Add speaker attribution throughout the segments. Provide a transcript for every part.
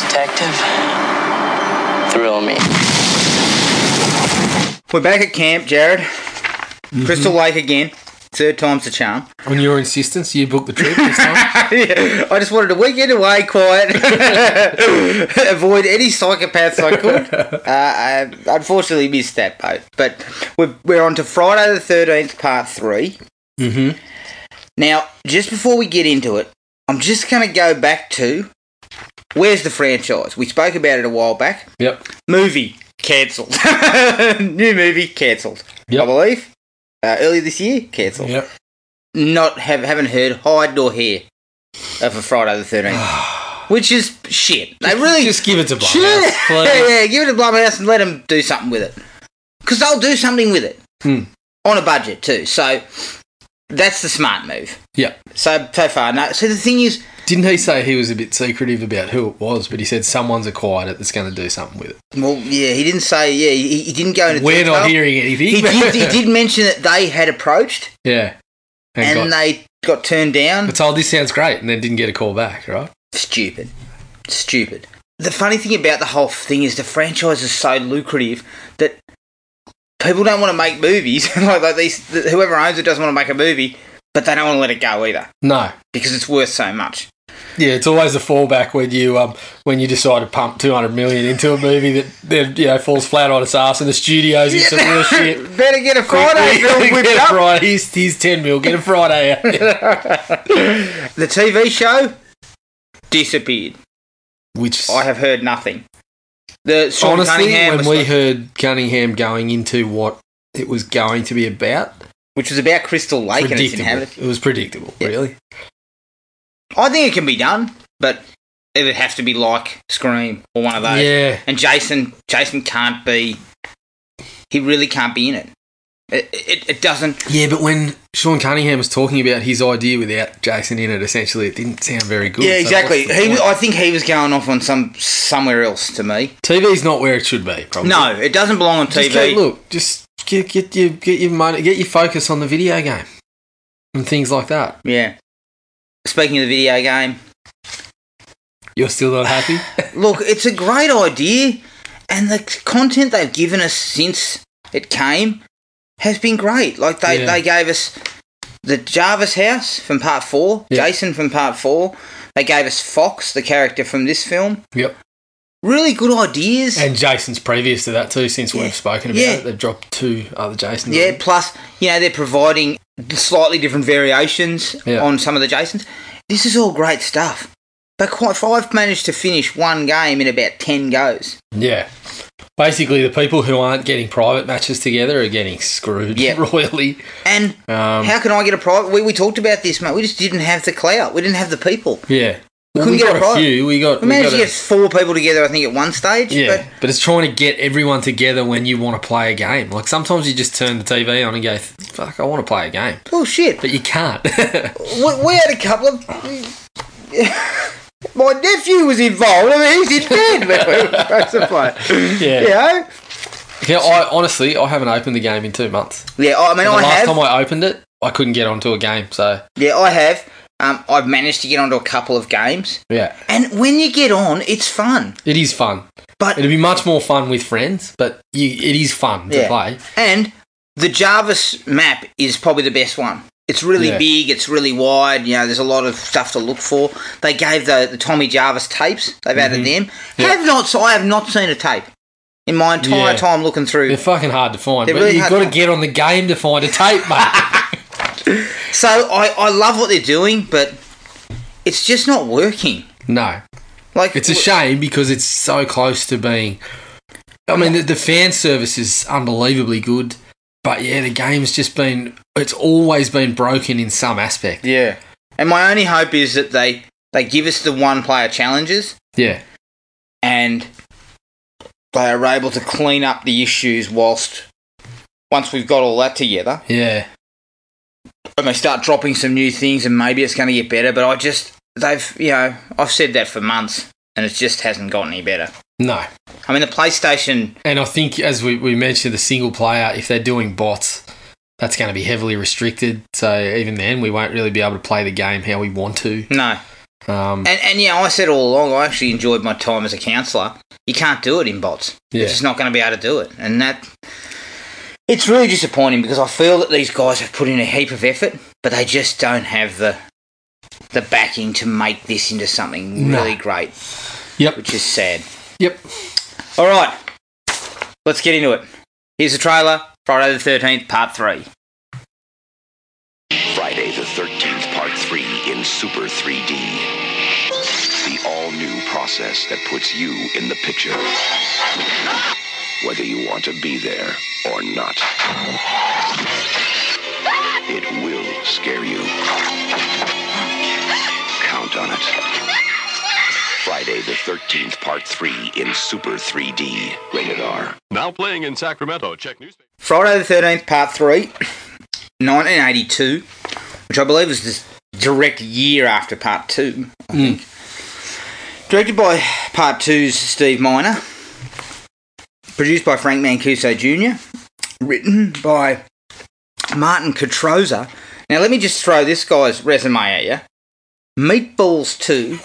Speaker 1: detective thrill me.
Speaker 2: We're back at camp, Jared. Crystal Lake again. Third time's the charm.
Speaker 3: On your insistence, you booked the trip this time.
Speaker 2: I just wanted a weekend away, quiet, avoid any psychopaths I could. Uh, I unfortunately missed that boat, but we're, we're on to Friday the thirteenth, part three.
Speaker 3: mm-hmm.
Speaker 2: Now, just before we get into it, I'm just going to go back to where's the franchise? We spoke about it a while back.
Speaker 3: Yep.
Speaker 2: Movie cancelled. New movie cancelled.
Speaker 3: Yep.
Speaker 2: I believe uh, earlier this year cancelled.
Speaker 3: Yep.
Speaker 2: not have haven't heard hide nor hair of a Friday the Thirteenth, which is shit. They really
Speaker 3: Just give it to Blumhouse,
Speaker 2: Shit. yeah,
Speaker 3: please.
Speaker 2: yeah, give it to Blumhouse and let them do something with it, because they'll do something with it
Speaker 3: Hmm.
Speaker 2: on a budget too. So that's the smart move.
Speaker 3: Yep.
Speaker 2: So so far, no. So the thing is,
Speaker 3: Didn't he say he was a bit secretive about who it was, but he said someone's acquired it that's going to do something with it.
Speaker 2: well, yeah, he didn't say. Yeah, he, he didn't go into.
Speaker 3: We're
Speaker 2: detail.
Speaker 3: not hearing anything.
Speaker 2: He did, he did mention that they had approached
Speaker 3: yeah.
Speaker 2: and,
Speaker 3: And,
Speaker 2: uh,
Speaker 3: got,
Speaker 2: they got turned down.
Speaker 3: got told this sounds great and then didn't get a call back, right?
Speaker 2: stupid. Stupid. The funny thing about the whole thing is the franchise is so lucrative that people don't want to make movies. like, like these, th- whoever owns it doesn't want to make a movie, but they don't want to let it go either
Speaker 3: No.
Speaker 2: because it's worth so much.
Speaker 3: Yeah, it's always a fallback when you um, when you decide to pump two hundred million into a movie that then you know falls flat on its ass and the studios in some real shit.
Speaker 2: Better get a Friday film whipped
Speaker 3: get a
Speaker 2: up.
Speaker 3: Friday. He's, he's ten mil. Get a Friday out.
Speaker 2: The TV show disappeared.
Speaker 3: Which
Speaker 2: I have heard nothing. The Sean
Speaker 3: honestly,
Speaker 2: Cunningham
Speaker 3: when
Speaker 2: was
Speaker 3: we
Speaker 2: like-
Speaker 3: heard Cunningham going into what it was going to be about,
Speaker 2: which was about Crystal Lake and its
Speaker 3: predictable.
Speaker 2: inhabitants.
Speaker 3: It was predictable, really.
Speaker 2: I think it can be done, but it would have to be like Scream or one of those.
Speaker 3: Yeah,
Speaker 2: and Jason Jason can't be he really can't be in it. It, it, it doesn't
Speaker 3: yeah, but when Sean Cunningham was talking about his idea without Jason in it, essentially, it didn't sound very good.
Speaker 2: Yeah,
Speaker 3: So
Speaker 2: exactly.
Speaker 3: what's the
Speaker 2: He
Speaker 3: point?
Speaker 2: I think he was going off on some somewhere else to me.
Speaker 3: TV's not where it should be. Probably.
Speaker 2: No, it doesn't belong on
Speaker 3: Just go,
Speaker 2: TV.
Speaker 3: look, just get get your get your money, get your focus on the video game and things like that.
Speaker 2: Yeah. Speaking of the video game,
Speaker 3: You're still not happy?
Speaker 2: look, it's a great idea and the content they've given us since it came has been great. Like they,
Speaker 3: Yeah.
Speaker 2: they gave us the Jarvis house from part 4,
Speaker 3: Yeah.
Speaker 2: Jason from part 4. They gave us Fox, the character from this film.
Speaker 3: yep.
Speaker 2: really good ideas.
Speaker 3: And Jason's previous to that too. Since
Speaker 2: Yeah.
Speaker 3: we've spoken about
Speaker 2: Yeah.
Speaker 3: it, they've dropped two other Jasons.
Speaker 2: yeah, plus, you know, they're providing slightly different variations
Speaker 3: Yeah.
Speaker 2: on some of the Jasons. This is all great stuff. But quite, I've managed to finish one game in about 10 goes.
Speaker 3: Yeah. Basically, the people who aren't getting private matches together are getting screwed
Speaker 2: Yeah.
Speaker 3: royally.
Speaker 2: And
Speaker 3: Um,
Speaker 2: how can I get a private? We, we talked about this, mate. We just didn't have the clout. We didn't have the people.
Speaker 3: yeah.
Speaker 2: couldn't
Speaker 3: we
Speaker 2: get a
Speaker 3: got
Speaker 2: private.
Speaker 3: few. We got.
Speaker 2: We
Speaker 3: we
Speaker 2: managed
Speaker 3: got
Speaker 2: to
Speaker 3: a-
Speaker 2: get four people together, I think, at one stage.
Speaker 3: yeah, but, it's trying to get everyone together when you want to play a game. Like sometimes you just turn the TV on and go, "Fuck, I want to play a game,"
Speaker 2: But, oh, shit.
Speaker 3: but you can't.
Speaker 2: We, we had a couple of. My nephew was involved. I mean, he's in bed. when we were supposed to play.
Speaker 3: Yeah.
Speaker 2: You know?
Speaker 3: Yeah, I honestly, I haven't opened the game in two months.
Speaker 2: Yeah, I mean,
Speaker 3: And the
Speaker 2: I have.
Speaker 3: last time I opened it, I couldn't get onto a game. So
Speaker 2: Yeah, I have. Um, I've managed to get onto a couple of games,
Speaker 3: yeah,
Speaker 2: and when you get on, it's fun.
Speaker 3: it is fun.
Speaker 2: But
Speaker 3: It'd be much more fun with friends, but you, it is fun to
Speaker 2: Yeah.
Speaker 3: play.
Speaker 2: and the Jarvis map is probably the best one. It's really
Speaker 3: Yeah.
Speaker 2: big. It's really wide. You know, there's a lot of stuff to look for. They gave the, the Tommy Jarvis tapes. They've added them.
Speaker 3: Mm-hmm. Yeah.
Speaker 2: Have not. So I have not seen a tape in my entire
Speaker 3: Yeah.
Speaker 2: time looking through.
Speaker 3: They're fucking hard to find,
Speaker 2: They're
Speaker 3: but
Speaker 2: really
Speaker 3: you've
Speaker 2: hard
Speaker 3: got
Speaker 2: to
Speaker 3: to get on the game to find a tape, mate.
Speaker 2: So I, I love what they're doing, but it's just not working.
Speaker 3: no,
Speaker 2: Like
Speaker 3: it's a shame because it's so close to being. I mean, the, the fan service is unbelievably good, but yeah, the game's just been. It's always been broken in some aspect.
Speaker 2: Yeah. And my only hope is that they they give us the one player challenges.
Speaker 3: Yeah,
Speaker 2: and they are able to clean up the issues whilst once we've got all that together
Speaker 3: yeah,
Speaker 2: and they start dropping some new things and maybe it's going to get better but i just they've you know i've said that for months and it just hasn't got any better
Speaker 3: no.
Speaker 2: i mean the playstation
Speaker 3: And I think, as we, we mentioned, the single player, if they're doing bots, that's going to be heavily restricted. So even then, we won't really be able to play the game how we want to.
Speaker 2: no
Speaker 3: Um,
Speaker 2: And and yeah, I said all along, I actually enjoyed my time as a counsellor. You can't do it in bots.
Speaker 3: Yeah.
Speaker 2: You're just not going to be able to do it, and that it's really disappointing because I feel that these guys have put in a heap of effort, but they just don't have the the backing to make this into something
Speaker 3: No.
Speaker 2: really great,
Speaker 3: yep.
Speaker 2: which is sad.
Speaker 3: Yep.
Speaker 2: All right, let's get into it. Here's the trailer. Friday the Thirteenth, Part Three.
Speaker 4: Friday the 13th, Part 3 in Super 3D. The all new process that puts you in the picture. Whether you want to be there or not, it will scare you. Count on it. Friday the 13th, Part 3 in Super 3D. Rated R.
Speaker 5: Now playing in Sacramento. Check newspaper.
Speaker 2: Friday the Thirteenth Part Three, nineteen eighty two, which I believe was this direct year after Part Two. I think. Directed by Part Two's Steve Miner, produced by Frank Mancuso Jr., written by Martin Catroza. Now let me just throw this guy's resume at you: Meatballs Two,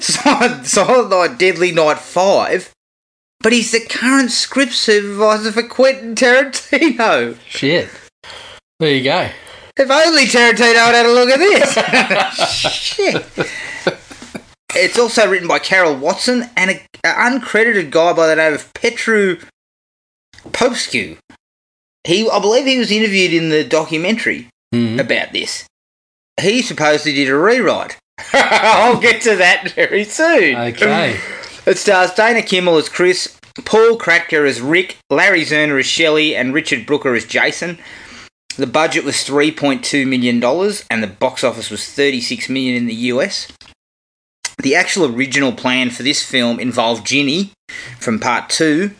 Speaker 2: Solid, Solid Night, Deadly Night Five. But he's the current script supervisor for Quentin Tarantino.
Speaker 3: Shit. There you go.
Speaker 2: If only Tarantino had had a look at this. Shit. It's also written by Carol Watson and an uncredited guy by the name of Petru Popescu. He, I believe, he was interviewed in the documentary
Speaker 3: Mhm.
Speaker 2: about this. He supposedly did a rewrite. I'll get to that very soon.
Speaker 3: Okay.
Speaker 2: It stars Dana Kimmel as Chris, Paul Kratker as Rick, Larry Zerner as Shelley, and Richard Brooker as Jason. The budget was $3.2 million and the box office was $36 million in the US. The actual original plan for this film involved Ginny from part 2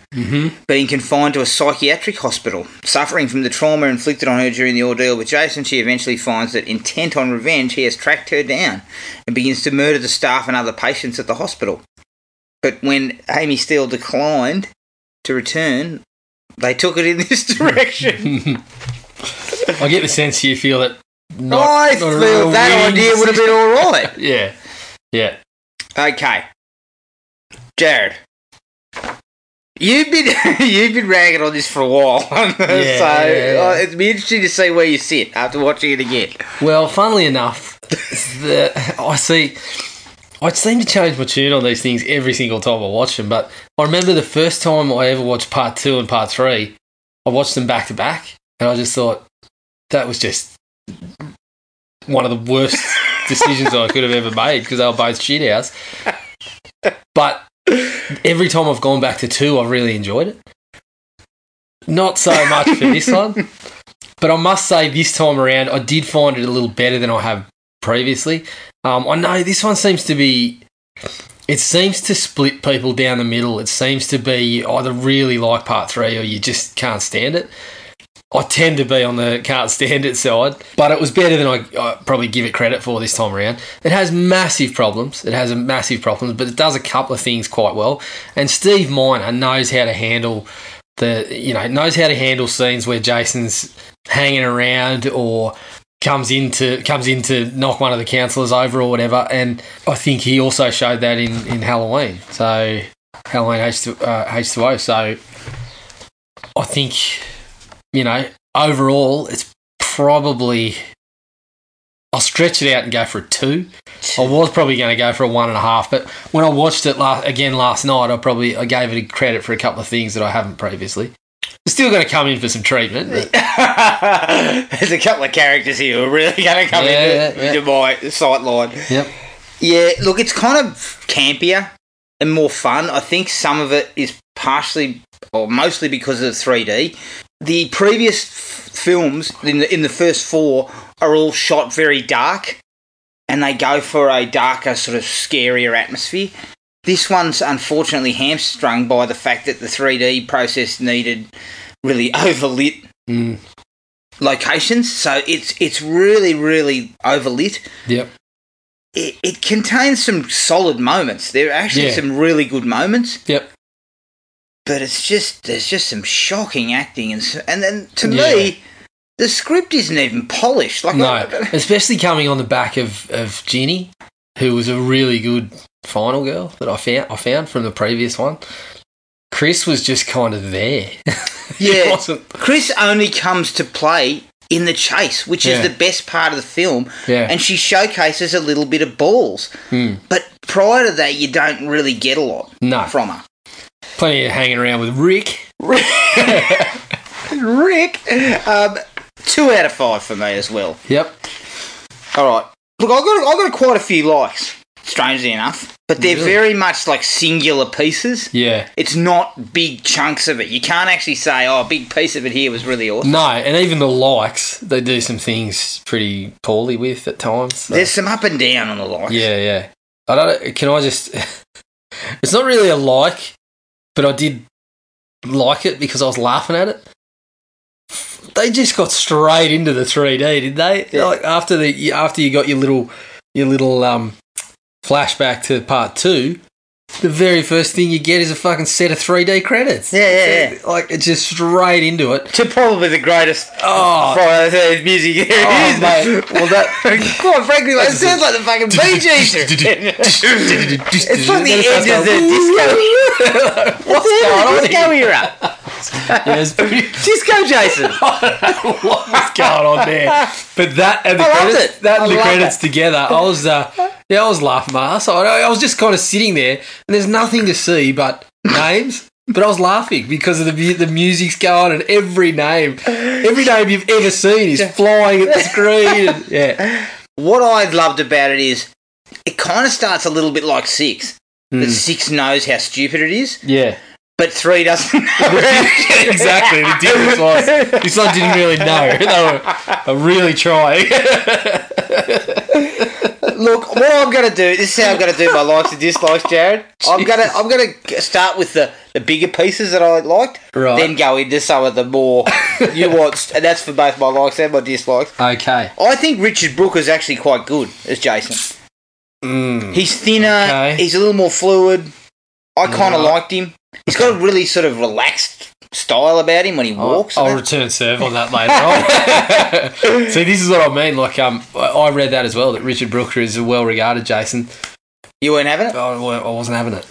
Speaker 2: being confined to a psychiatric hospital. Suffering from the trauma inflicted on her during the ordeal with Jason, she eventually finds that, intent on revenge, he has tracked her down and begins to murder the staff and other patients at the hospital. But when Amy Steele declined to return, they took it in this direction.
Speaker 3: I get the sense you feel that. Not,
Speaker 2: I
Speaker 3: not a
Speaker 2: feel
Speaker 3: real
Speaker 2: that
Speaker 3: winning
Speaker 2: idea would have been all right.
Speaker 3: Yeah. Yeah.
Speaker 2: Okay, Jared, you've been you've been ragging on this for a while, so
Speaker 3: yeah, yeah.
Speaker 2: uh, it'd be interesting to see where you sit after watching it again.
Speaker 3: Well, funnily enough, the, I see. I seem to change my tune on these things every single time I watch them, but I remember the first time I ever watched part two and part three, I watched them back to back, and I just thought that was just one of the worst decisions I could have ever made because they were both shit outs. But every time I've gone back to two, I've really enjoyed it. Not so much for this one. But I must say, this time around, I did find it a little better than I have previously. Um, I know this one seems to be. It seems to split people down the middle. It seems to be you either really like part three or you just can't stand it. I tend to be on the can't stand it side, but it was better than I, I probably give it credit for this time around. It has massive problems. It has a massive problems, but it does a couple of things quite well. And Steve Miner knows how to handle the you know knows how to handle scenes where Jason's hanging around or comes in to comes in to knock one of the councillors over or whatever. And I think he also showed that in in Halloween. So Halloween H two uh, H two O. So I think you know overall it's probably. I'll stretch it out and go for a two. I was probably going to go for a one and a half, but when I watched it last, again last night, I probably I gave it credit for a couple of things that I haven't previously. It's still going to come in for some treatment, but
Speaker 2: There's a couple of characters here who are really going to come
Speaker 3: Yeah,
Speaker 2: into,
Speaker 3: yeah.
Speaker 2: into my sight line.
Speaker 3: Yep.
Speaker 2: Yeah, look, it's kind of campier and more fun. I think some of it is partially or mostly because of 3D. The previous f- films in the, in the first four are all shot very dark and they go for a darker, sort of scarier atmosphere. This one's unfortunately hamstrung by the fact that the 3D process needed really overlit
Speaker 3: Mm.
Speaker 2: locations, so it's it's really really overlit.
Speaker 3: Yep.
Speaker 2: It, it contains some solid moments. There are actually
Speaker 3: Yeah.
Speaker 2: some really good moments,
Speaker 3: Yep.
Speaker 2: but it's just there's just some shocking acting and s- and then to
Speaker 3: Yeah.
Speaker 2: me the script isn't even polished. Like
Speaker 3: No,
Speaker 2: I-
Speaker 3: especially coming on the back of of Ginny, who was a really good final girl that I found I found from the previous one. Chris was just kind of there. He
Speaker 2: Yeah.
Speaker 3: wasn't-
Speaker 2: Chris only comes to play in the chase, which
Speaker 3: Yeah.
Speaker 2: is the best part of the film.
Speaker 3: Yeah. Hmm.
Speaker 2: And she showcases a little bit of balls. But prior to that, you don't really get a lot
Speaker 3: No.
Speaker 2: from her.
Speaker 3: Plenty of hanging around with Rick.
Speaker 2: Rick, um, two out of five for me as well.
Speaker 3: Yep.
Speaker 2: All right. Look, I got I got quite a few likes, strangely enough, but they're
Speaker 3: Really?
Speaker 2: very much like singular pieces.
Speaker 3: Yeah.
Speaker 2: It's not big chunks of it. You can't actually say, "Oh, a big piece of it here was really awesome."
Speaker 3: No, and even the likes, they do some things pretty poorly with at times. so-
Speaker 2: There's some up and down on the likes.
Speaker 3: Yeah, yeah. I don't. Can I just? it's not really a like, but I did like it because I was laughing at it. They just got straight into the 3D, did they?
Speaker 2: Yeah.
Speaker 3: Like after the you- after you got your little your little um flashback to part two, the very first thing you get is a fucking set of 3D credits.
Speaker 2: Yeah, yeah, yeah.
Speaker 3: Like it's just straight into it.
Speaker 2: To probably the greatest
Speaker 3: Oh.
Speaker 2: Friday the 13th music there
Speaker 3: Oh,
Speaker 2: is.
Speaker 3: mate. Well, that-
Speaker 2: Quite frankly, mate, it sounds like the fucking Bee Gees. it's like the end of the disco. What's
Speaker 3: going on
Speaker 2: Disco era.
Speaker 3: Yeah, it's pretty-
Speaker 2: Disco Jason.
Speaker 3: what was going on there? But that and the
Speaker 2: I loved
Speaker 3: credits,
Speaker 2: it.
Speaker 3: that
Speaker 2: I
Speaker 3: and the
Speaker 2: loved
Speaker 3: credits
Speaker 2: it.
Speaker 3: together, I was uh, yeah, I was laughing my ass. off. I, I was just kind of sitting there, and there's nothing to see but names. But I was laughing because of the mu- the music's going and every name, every name you've ever seen is flying at the screen. And, yeah,
Speaker 2: what I loved about it is it kind of starts a little bit like Six. That
Speaker 3: Hmm.
Speaker 2: Six knows how stupid it is,
Speaker 3: yeah,
Speaker 2: but Three doesn't know.
Speaker 3: exactly. The difference was his son didn't really know. They were, were really trying.
Speaker 2: Look, what I'm gonna do. This is how I'm gonna do my likes and dislikes, Jared. I'm gonna I'm gonna start with the, the bigger pieces that I liked,
Speaker 3: Right.
Speaker 2: Then go into some of the more nuanced, and that's for both my likes and my dislikes.
Speaker 3: okay,
Speaker 2: I think Richard Brooker's actually quite good as Jason. He's thinner.
Speaker 3: Mm. Okay.
Speaker 2: He's a little more fluid. I kind of
Speaker 3: Right.
Speaker 2: liked him. He's got a really sort of relaxed style about him when he walks.
Speaker 3: I'll,
Speaker 2: and that.
Speaker 3: return serve on that later on. See, this is what I mean. Like, um, I- I read that as well that Richard Brooker is a well-regarded Jason.
Speaker 2: you weren't having
Speaker 3: I,
Speaker 2: it.
Speaker 3: I wasn't having it.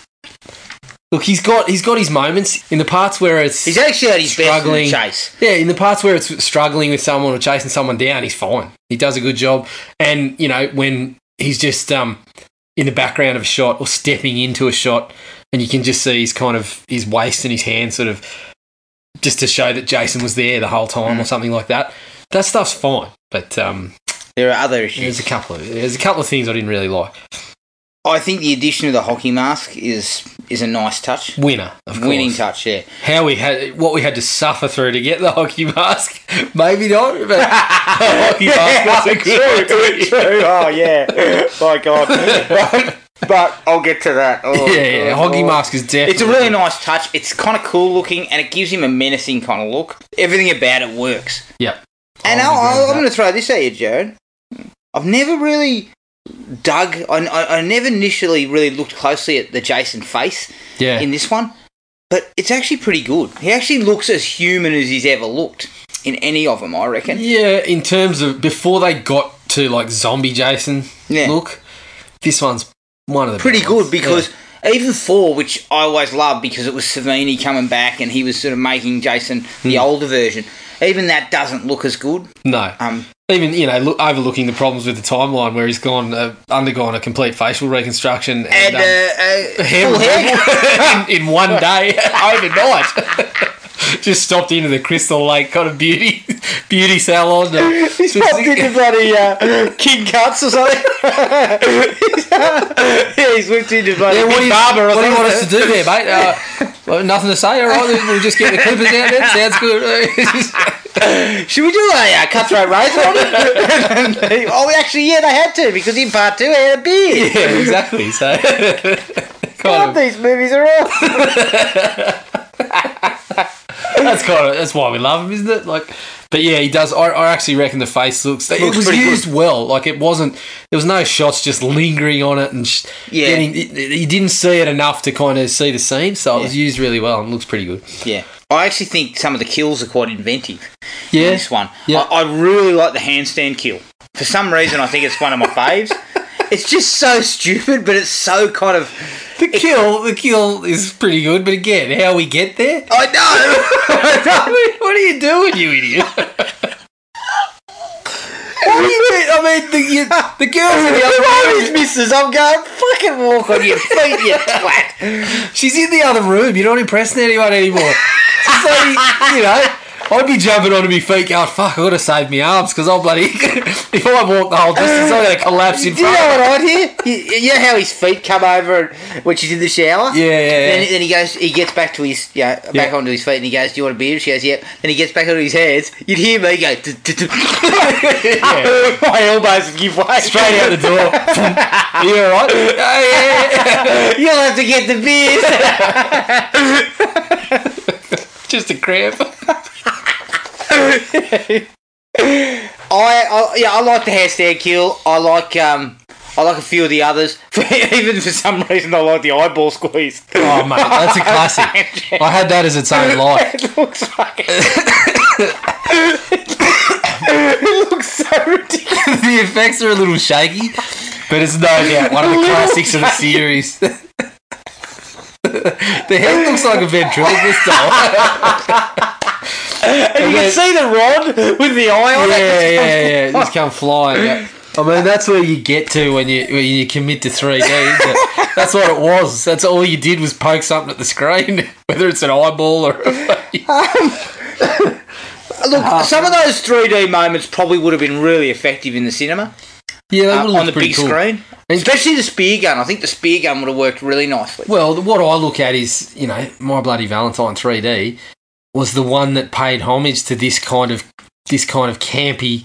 Speaker 3: Look, he's got he's got his moments in the parts where it's
Speaker 2: He's actually at his
Speaker 3: Struggling.
Speaker 2: best in the chase.
Speaker 3: yeah, in the parts where it's struggling with someone or chasing someone down, he's fine. He does a good job, and you know when he's just um in the background of a shot or stepping into a shot, and you can just see his kind of his waist and his hand sort of just to show that Jason was there the whole time or something like that. That stuff's fine, but um,
Speaker 2: There are other issues.
Speaker 3: there's a couple of there's a couple of things I didn't really like.
Speaker 2: I think the addition of the hockey mask is is a nice touch.
Speaker 3: Winner, of course.
Speaker 2: Winning touch, yeah.
Speaker 3: How we had what we had to suffer through to get the hockey mask, maybe not, but the hockey mask was a good idea.
Speaker 2: Oh yeah, my God. But, but I'll get to that. Oh,
Speaker 3: Yeah, yeah,
Speaker 2: God.
Speaker 3: hockey
Speaker 2: Oh.
Speaker 3: mask is definitely.
Speaker 2: It's a really nice touch. It's kind of cool looking, and it gives him a menacing kind of look. Everything about it works.
Speaker 3: Yep.
Speaker 2: And I'll,
Speaker 3: I'll agree with
Speaker 2: I'll, I'm
Speaker 3: that.
Speaker 2: going to throw this at you, Jared. I've never really dug. I, I, I never initially really looked closely at the Jason face
Speaker 3: Yeah.
Speaker 2: in this one, but it's actually pretty good. He actually looks as human as he's ever looked in any of them. I reckon.
Speaker 3: yeah, in terms of before they got to like zombie Jason
Speaker 2: Yeah.
Speaker 3: look, this one's one of the
Speaker 2: pretty
Speaker 3: best ones.
Speaker 2: good because even four, which I always loved because it was Savini coming back and he was sort of making Jason the older version. Even that doesn't look as good.
Speaker 3: Yeah. Hmm. no,
Speaker 2: Um,
Speaker 3: even you know look, overlooking the problems with the timeline where he's gone uh, undergone a complete facial reconstruction
Speaker 2: and
Speaker 3: and,
Speaker 2: uh,
Speaker 3: um,
Speaker 2: uh,
Speaker 3: hair
Speaker 2: full haircut.
Speaker 3: removal in, in one day overnight. Just stopped into the Crystal Lake kind of beauty beauty salon. uh, and-
Speaker 2: He's popped into bloody uh, King Cuts or something. yeah, he's whipped into bloody
Speaker 3: Yeah,
Speaker 2: yeah,
Speaker 3: what do you,
Speaker 2: Barber or
Speaker 3: what do you
Speaker 2: something.
Speaker 3: want us to do there, mate? Uh, well, nothing to say, all right? We'll just get the clippers out then. Sounds good.
Speaker 2: Should we do a uh, cutthroat razor on it? oh, actually, yeah, they had to because in part two, he had a beard.
Speaker 3: yeah, exactly. So,
Speaker 2: God,
Speaker 3: kind of,
Speaker 2: these movies are awesome.
Speaker 3: that's kind of that's why we love him, isn't it? Like, but yeah, he does. I, I actually reckon the face looks. it
Speaker 2: Looks
Speaker 3: was
Speaker 2: pretty
Speaker 3: used well. Like, it wasn't. There was no shots just lingering on it, and sh-
Speaker 2: Yeah.
Speaker 3: getting. it- it- You didn't see it enough to kind of see the scene, so it was used really well and looks pretty good.
Speaker 2: Yeah. I actually think some of the kills are quite inventive.
Speaker 3: Yeah,
Speaker 2: this one.
Speaker 3: Yeah.
Speaker 2: I, I really like the handstand kill. For some reason, I think it's one of my faves. It's just so stupid, but it's so kind of.
Speaker 3: The kill, the kill is pretty good, but again, how we get there?
Speaker 2: I know. I know.
Speaker 3: What are you doing, you idiot? what do you mean? I mean, the, you, the girls in the
Speaker 2: Why
Speaker 3: other
Speaker 2: is missus? I'm going fucking walk on your feet, you twat.
Speaker 3: room. She's in the other room. You're not impressing anyone anymore. Just like, you know, I'd be jumping onto my feet going, fuck, I've got to save my arms because I'll bloody. if I walk the whole distance, I'm going to collapse in
Speaker 2: Do you
Speaker 3: front
Speaker 2: know
Speaker 3: of her.
Speaker 2: what I hear? You, you know how his feet come over and, when she's in the shower.
Speaker 3: Yeah, yeah, yeah.
Speaker 2: Then, then he goes. He gets back to his yeah, back
Speaker 3: Yeah.
Speaker 2: onto his feet, and he goes, "Do you want a beer?" She goes, "Yep." Then he gets back onto his hands. You'd hear me go. "Du- du- du." My elbows would give way.
Speaker 3: Straight out the door. Are you alright? Oh, yeah.
Speaker 2: You'll have to get the beers.
Speaker 3: Just a cramp.
Speaker 2: I, I yeah, I like the handstand kill. I like um, I like a few of the others. Even for some reason, I like the eyeball squeeze.
Speaker 3: Oh, mate, that's a classic. I had that as its own life.
Speaker 2: It looks like it looks so ridiculous.
Speaker 3: the effects are a little shaky, but it's no doubt one of the classics of the series. the head looks like a ventriloquist doll.
Speaker 2: And you can see the rod with the eye
Speaker 3: yeah,
Speaker 2: on
Speaker 3: yeah,
Speaker 2: it.
Speaker 3: yeah, yeah. Just come flying. yeah. I mean, that's where you get to when you when you commit to 3D. Isn't it? That's what it was. That's all you did was poke something at the screen, whether it's an eyeball or.
Speaker 2: Look, some of those 3D moments probably would have been really effective in the cinema
Speaker 3: yeah, that
Speaker 2: uh,
Speaker 3: would
Speaker 2: on the
Speaker 3: pretty
Speaker 2: big
Speaker 3: cool.
Speaker 2: screen,
Speaker 3: And-
Speaker 2: especially the spear gun. I think the spear gun would have worked really nicely.
Speaker 3: Well, what I look at is, you know, My Bloody Valentine 3D was the one that paid homage to this kind of this kind of campy.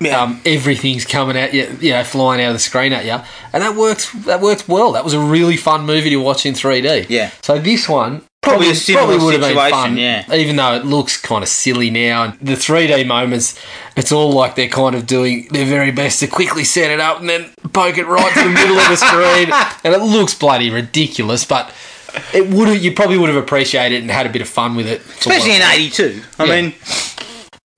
Speaker 2: Yeah.
Speaker 3: Um, everything's coming at you, you know, flying out of the screen at you, and that worked. That worked well. That was a really fun movie to watch in 3D.
Speaker 2: Yeah.
Speaker 3: So this one
Speaker 2: Probably a similar
Speaker 3: would've
Speaker 2: situation, yeah.
Speaker 3: Even though it looks kind of silly now, and the 3D moments, it's all like they're kind of doing their very best to quickly set it up and then poke it right to the middle of the screen, and it looks bloody ridiculous, but. It would have you probably would have appreciated it and had a bit of fun with it, for
Speaker 2: especially
Speaker 3: what-
Speaker 2: in '82. I
Speaker 3: Yeah.
Speaker 2: mean,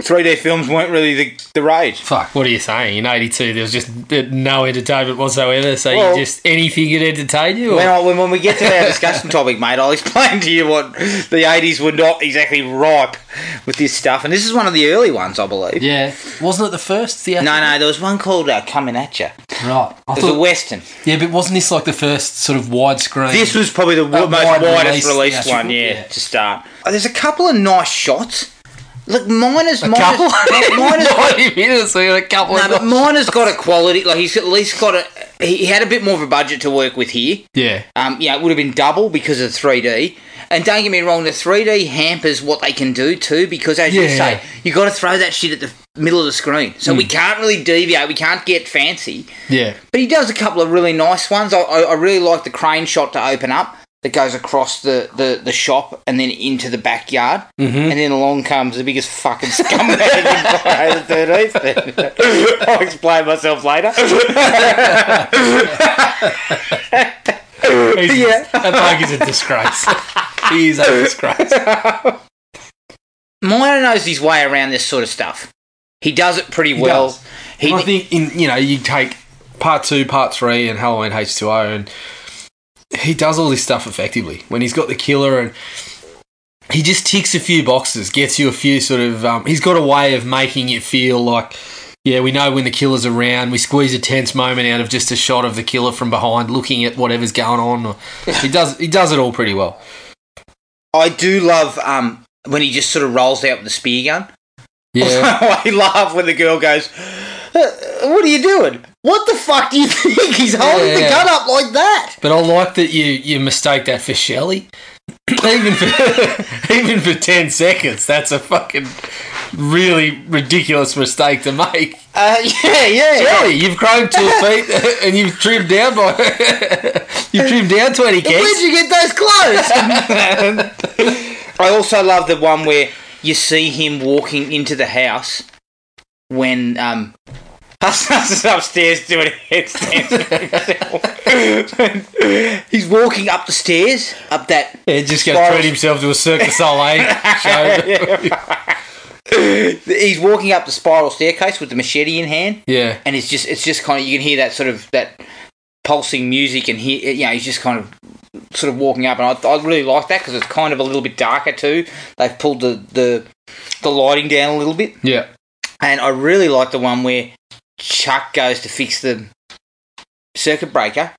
Speaker 2: 3D films weren't really the, the rage.
Speaker 3: Fuck, what are you saying? In '82, there was just uh, no entertainment whatsoever. So
Speaker 2: Well-
Speaker 3: you just anything could entertain you. or-
Speaker 2: When, I, when, when we get to our discussion topic, mate, I'll explain to you what the 80s were not exactly ripe with this stuff. And this is one of the early ones, I believe.
Speaker 3: yeah, wasn't it the first theater?
Speaker 2: No, no, there was one called uh, Coming At Ya.
Speaker 3: right. I
Speaker 2: It was a
Speaker 3: thought,
Speaker 2: Western.
Speaker 3: yeah, but wasn't this like the first sort of widescreen?
Speaker 2: This was probably the
Speaker 3: A
Speaker 2: w- most
Speaker 3: wide
Speaker 2: widest
Speaker 3: release
Speaker 2: released
Speaker 3: theatrical,
Speaker 2: one, yeah,
Speaker 3: yeah.
Speaker 2: to start. Oh, there's a couple of nice shots. Look, mine is...
Speaker 3: a
Speaker 2: mine
Speaker 3: couple.
Speaker 2: is- mine is-
Speaker 3: Ninety minutes, we had a couple.
Speaker 2: No,
Speaker 3: of
Speaker 2: but mine has got a quality. Like he's at least got a. He he had a bit more of a budget to work with here.
Speaker 3: yeah,
Speaker 2: Um, yeah, it would have been double because of 3D. And don't get me wrong, the 3D hampers what they can do too, because as you
Speaker 3: Yeah. Hmm.
Speaker 2: say, you got to throw that shit at the middle of the screen. So we can't really deviate, we can't get fancy.
Speaker 3: yeah.
Speaker 2: But he does a couple of really nice ones. I, I, I really like the crane shot to open up that goes across the, the, the shop and then into the backyard. Mm-hmm. And then along comes the biggest fucking scumbag in Friday the 13th. I'll explain myself later.
Speaker 3: He's,
Speaker 2: Yeah.
Speaker 3: that bloke is a disgrace. He's a disgrace.
Speaker 2: Miner knows his way around this sort of stuff. He does it pretty well.
Speaker 3: does.
Speaker 2: He,
Speaker 3: And I think in you know you take part two, part three, and Halloween H two O, and he does all this stuff effectively when he's got the killer and. He just ticks a few boxes, gets you a few sort of. Um, he's got a way of making it feel like, yeah, we know when the killer's around. We squeeze a tense moment out of just a shot of the killer from behind, looking at whatever's going on. Or, he does. He does it all pretty well.
Speaker 2: I do love um, when he just sort of rolls out with the spear gun.
Speaker 3: Yeah.
Speaker 2: I laugh when the girl goes, "Uh, "What are you doing? What the fuck do you think he's holding the
Speaker 3: Yeah.
Speaker 2: gun up like that?"
Speaker 3: But I like that you you mistake that for Shelley. even for even for ten seconds, that's a fucking really ridiculous mistake to make.
Speaker 2: Uh, yeah, yeah. yeah.
Speaker 3: Shelley, you've grown two feet and you've trimmed down by you've trimmed down twenty
Speaker 2: Where'd
Speaker 3: kgs.
Speaker 2: you get those clothes? I also love the one where you see him walking into the house when um, Hassan's is upstairs doing headstands. He's walking up the stairs, up that.
Speaker 3: Yeah, just gonna treat himself to a Cirque du Soleil show.
Speaker 2: He's walking up the spiral staircase with the machete in hand.
Speaker 3: Yeah,
Speaker 2: and it's just it's just kind of you can hear that sort of that pulsing music, and he, you know, he's just kind of sort of walking up, and I, I really like that because it's kind of a little bit darker too. They've pulled the the the lighting down a little bit,
Speaker 3: Yeah.
Speaker 2: and I really like the one where Chuck goes to fix the circuit breaker,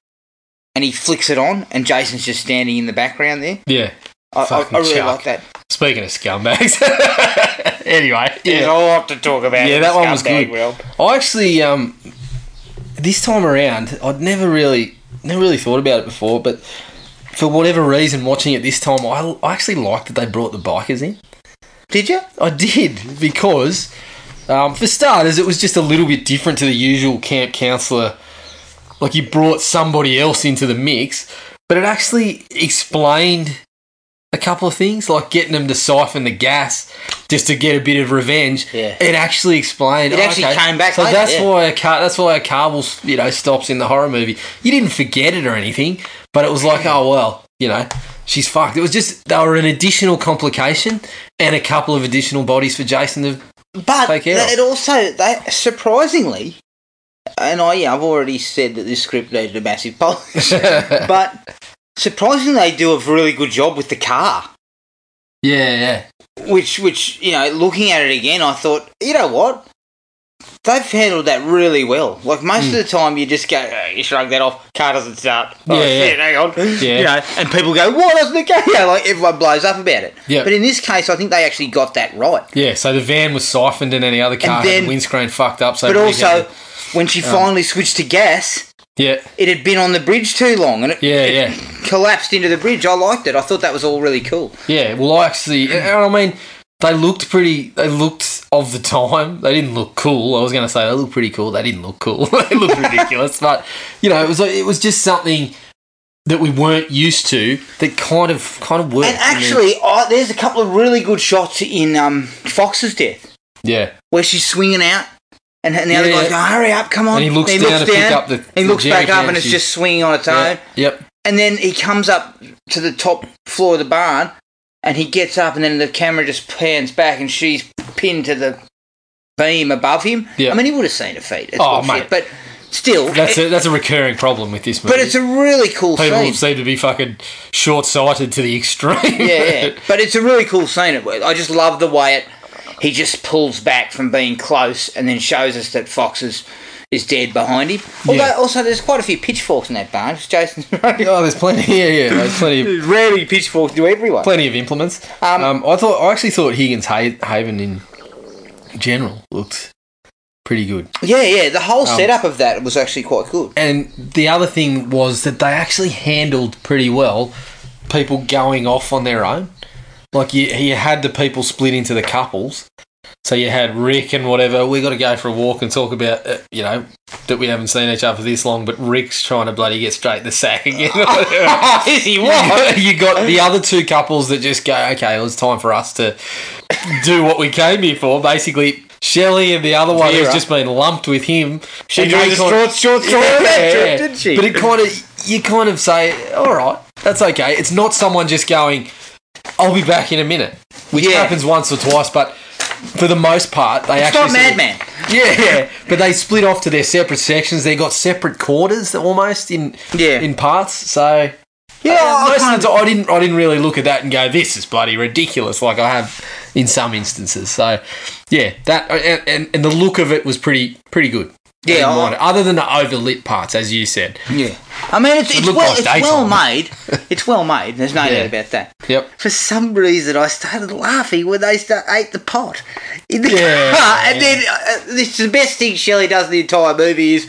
Speaker 2: and he flicks it on, and Jason's just standing in the background there.
Speaker 3: Yeah.
Speaker 2: I, I, I
Speaker 3: Fucking
Speaker 2: really
Speaker 3: Chuck.
Speaker 2: like that.
Speaker 3: Speaking of scumbags. anyway.
Speaker 2: There's a lot to talk about.
Speaker 3: Yeah,
Speaker 2: in
Speaker 3: that
Speaker 2: the
Speaker 3: one was
Speaker 2: scumbag
Speaker 3: good.
Speaker 2: world.
Speaker 3: I actually um this time around I'd never really never really thought about it before, but for whatever reason, watching it this time, I, I actually liked that they brought the bikers in.
Speaker 2: Did you?
Speaker 3: I did because, um, for starters, it was just a little bit different to the usual camp counselor. Like you brought somebody else into the mix, but it actually explained a couple of things, like getting them to siphon the gas just to get a bit of revenge.
Speaker 2: Yeah.
Speaker 3: It actually explained.
Speaker 2: It
Speaker 3: oh,
Speaker 2: actually
Speaker 3: okay,
Speaker 2: came back
Speaker 3: So
Speaker 2: later,
Speaker 3: that's
Speaker 2: yeah.
Speaker 3: why a car. That's why a car will, s- you know, stops in the horror movie. You didn't forget it or anything, but it was like, oh well, you know, she's fucked. It was just they were an additional complication and a couple of additional bodies for Jason. To,
Speaker 2: But
Speaker 3: Take care
Speaker 2: th-
Speaker 3: of.
Speaker 2: it also they surprisingly, and I yeah, I've already said that this script needed a massive polish, but surprisingly they do a really good job with the car.
Speaker 3: yeah, yeah,
Speaker 2: Which which you know, looking at it again, I thought you know what. They've handled that really well. Like most of the time, you just go, "Oh, you shrug that off. Car doesn't start. Oh
Speaker 3: Hmm. Yeah, yeah.
Speaker 2: shit, hang on.
Speaker 3: Yeah.
Speaker 2: You know, and people go, why doesn't it go? You know, like everyone blows up about it.
Speaker 3: Yeah.
Speaker 2: But in this case, I think they actually got that right.
Speaker 3: yeah. So the van was siphoned, and any other car had
Speaker 2: then-
Speaker 3: the windscreen fucked up. So
Speaker 2: but
Speaker 3: we
Speaker 2: also
Speaker 3: had-
Speaker 2: when
Speaker 3: Um.
Speaker 2: she finally switched to gas
Speaker 3: yeah,
Speaker 2: it had been on the bridge too long and it
Speaker 3: yeah, yeah.
Speaker 2: collapsed into the bridge i liked it i thought that was all really cool
Speaker 3: Yeah, well, I actually, and I mean, they looked pretty. They looked of the time. They didn't look cool. I was going to say they looked pretty cool. They didn't look cool. they looked ridiculous, but you know, it was like, it was just something that we weren't used to. That kind of kind of worked.
Speaker 2: and actually oh, there's a couple of really good shots in um, fox's death
Speaker 3: yeah,
Speaker 2: where she's swinging out and, and the other
Speaker 3: Yeah.
Speaker 2: guy's going hurry up come on
Speaker 3: And he looks down to pick up the-
Speaker 2: he
Speaker 3: the
Speaker 2: looks
Speaker 3: jerry
Speaker 2: back up
Speaker 3: can
Speaker 2: and it's
Speaker 3: she's-
Speaker 2: just swinging on its own
Speaker 3: yeah, yep,
Speaker 2: and then he comes up to the top floor of the barn and he gets up and then the camera just pans back and she's pinned to the beam above him.
Speaker 3: Yeah.
Speaker 2: I mean, he would have seen her feet. It's
Speaker 3: Oh,
Speaker 2: bullshit,
Speaker 3: mate.
Speaker 2: But still,
Speaker 3: that's
Speaker 2: it-
Speaker 3: a, that's a recurring problem with this movie.
Speaker 2: but it's a really cool
Speaker 3: people
Speaker 2: scene.
Speaker 3: seem to be fucking short sighted to the extreme.
Speaker 2: yeah, yeah. But it's a really cool scene. It was- I just love the way it. He just pulls back from being close and then shows us that Fox is, is dead behind him. Although,
Speaker 3: Yeah.
Speaker 2: also, there's quite a few pitchforks in that barn. It's Jason's running.
Speaker 3: Oh, there's plenty. Yeah, yeah. There's plenty. Of,
Speaker 2: Rarely pitchforks do everyone.
Speaker 3: plenty of implements.
Speaker 2: Um,
Speaker 3: Um, I thought I actually thought Higgins Ha- Haven in general looked pretty good.
Speaker 2: Yeah, yeah. The whole
Speaker 3: Um,
Speaker 2: setup of that was actually quite good.
Speaker 3: And the other thing was that they actually handled pretty well people going off on their own. Like you, you had the people split into the couples. So you had Rick and whatever. We got to go for a walk and talk about, uh, you know, that we haven't seen each other for this long. But Rick's trying to bloody get straight the sack again. or whatever.
Speaker 2: Is he
Speaker 3: you got the other two couples that just go, okay, well, it's time for us to do what we came here for. Basically, Shelley and the other one
Speaker 2: Vera.
Speaker 3: who's just been lumped with him.
Speaker 2: She
Speaker 3: And
Speaker 2: drew
Speaker 3: they
Speaker 2: the
Speaker 3: kind-
Speaker 2: short, short, straw on that trip, didn't she?
Speaker 3: But it kind of, you kind of say, all right, that's okay. It's not someone just going, I'll be back in a minute, which
Speaker 2: Yeah.
Speaker 3: happens once or twice, but for the most part, they
Speaker 2: It's
Speaker 3: actually.
Speaker 2: not
Speaker 3: sort of-
Speaker 2: Madman.
Speaker 3: yeah, yeah. But they split off to their separate sections. They got separate quarters almost in
Speaker 2: Yeah.
Speaker 3: in parts. So Uh,
Speaker 2: Yeah, I
Speaker 3: most
Speaker 2: kind
Speaker 3: of the time, I didn't I didn't really look at that and go, this is bloody ridiculous. Like I have in some instances. So yeah, that uh, and and, and the look of it was pretty pretty good. I
Speaker 2: Yeah,
Speaker 3: didn't
Speaker 2: I-
Speaker 3: mind it. other than the overlit parts, as you said.
Speaker 2: Yeah. I mean, it's, it's,
Speaker 3: looked
Speaker 2: well,
Speaker 3: like
Speaker 2: it's well
Speaker 3: daytime.
Speaker 2: made. It's well made. There's no doubt
Speaker 3: Yeah.
Speaker 2: about that.
Speaker 3: Yep.
Speaker 2: For some reason, I started laughing when they start, ate the pot in the
Speaker 3: Yeah,
Speaker 2: car. And
Speaker 3: yeah.
Speaker 2: then uh, this is the best thing Shelley does in the entire movie is,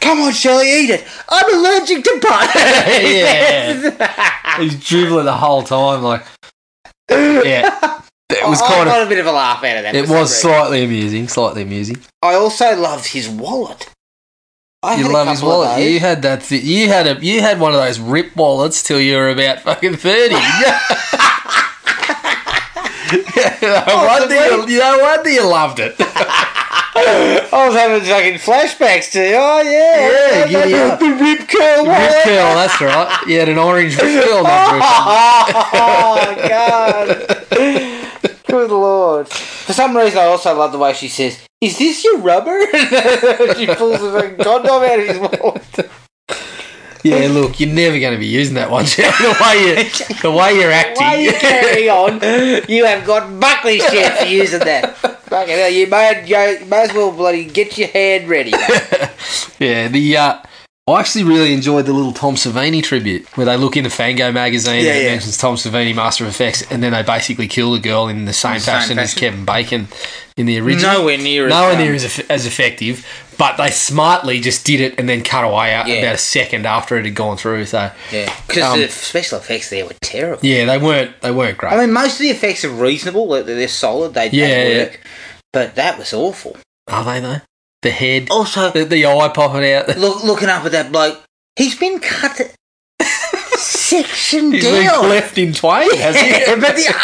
Speaker 2: come on, Shelley, eat it. I'm allergic to pot. Ah.
Speaker 3: Yeah. He's dribbling the whole time, like yeah. It was kind
Speaker 2: I
Speaker 3: of
Speaker 2: got a bit of a laugh out of that.
Speaker 3: it
Speaker 2: for some
Speaker 3: was
Speaker 2: reason.
Speaker 3: slightly amusing, slightly amusing.
Speaker 2: I also loved his wallet. I
Speaker 3: You
Speaker 2: had a
Speaker 3: love his
Speaker 2: couple of
Speaker 3: wallet.
Speaker 2: those.
Speaker 3: You had that. Th- you had a. You had one of those rip wallets till you were about fucking thirty. Yeah.
Speaker 2: Oh,
Speaker 3: no, wonder you, you know, wonder you loved it.
Speaker 2: I was having fucking flashbacks to, oh yeah, yeah,
Speaker 3: Yeah, yeah, yeah.
Speaker 2: the rib curl wallet.
Speaker 3: Rip curl, that's right. You had an orange rip curl. number.
Speaker 2: Oh god, good lord! For some reason, I also love the way she says, "Is this your rubber?" she pulls a fucking condom out of his wallet.
Speaker 3: Yeah, look, you're never going to be using that one, Jack. The way you, the way you're acting.
Speaker 2: Why you carry on? You have got Buckley shit for using that. Fucking hell, you may, you may as well bloody get your hand ready.
Speaker 3: yeah, the uh, I actually really enjoyed the little Tom Savini tribute where they look into Fango magazine
Speaker 2: Yeah,
Speaker 3: and it
Speaker 2: yeah.
Speaker 3: mentions Tom Savini, Master of Effects, and then they basically kill the girl in the same,
Speaker 2: the same
Speaker 3: fashion, as
Speaker 2: fashion.
Speaker 3: Kevin Bacon in the original.
Speaker 2: Nowhere near as,
Speaker 3: nowhere
Speaker 2: um,
Speaker 3: near as, eff- as effective. But they smartly just did it and then cut away out
Speaker 2: Yeah.
Speaker 3: about a second after it had gone through. So
Speaker 2: Yeah, because
Speaker 3: Um,
Speaker 2: the special effects there were terrible.
Speaker 3: yeah, they weren't they weren't great.
Speaker 2: I mean, most of the effects are reasonable. They're, they're solid. They,
Speaker 3: Yeah,
Speaker 2: they
Speaker 3: yeah.
Speaker 2: work. But that was awful.
Speaker 3: Are they though? The head,
Speaker 2: Also,
Speaker 3: the, the eye popping out.
Speaker 2: look, looking up at that bloke, he's been cut section
Speaker 3: He's been
Speaker 2: down.
Speaker 3: cleft in twain, has he?
Speaker 2: but the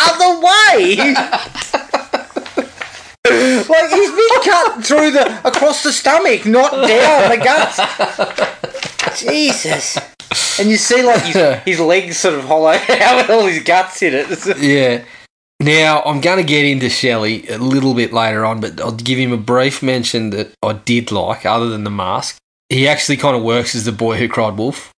Speaker 2: other way. like he's been cut through the across the stomach, not down the guts. Jesus. And you see like his, his legs sort of hollow out with all his guts in it.
Speaker 3: Yeah. Now I'm going to get into Shelley a little bit later on, but I'll give him a brief mention that I did like, other than the mask. He actually kind of works as the boy who cried wolf.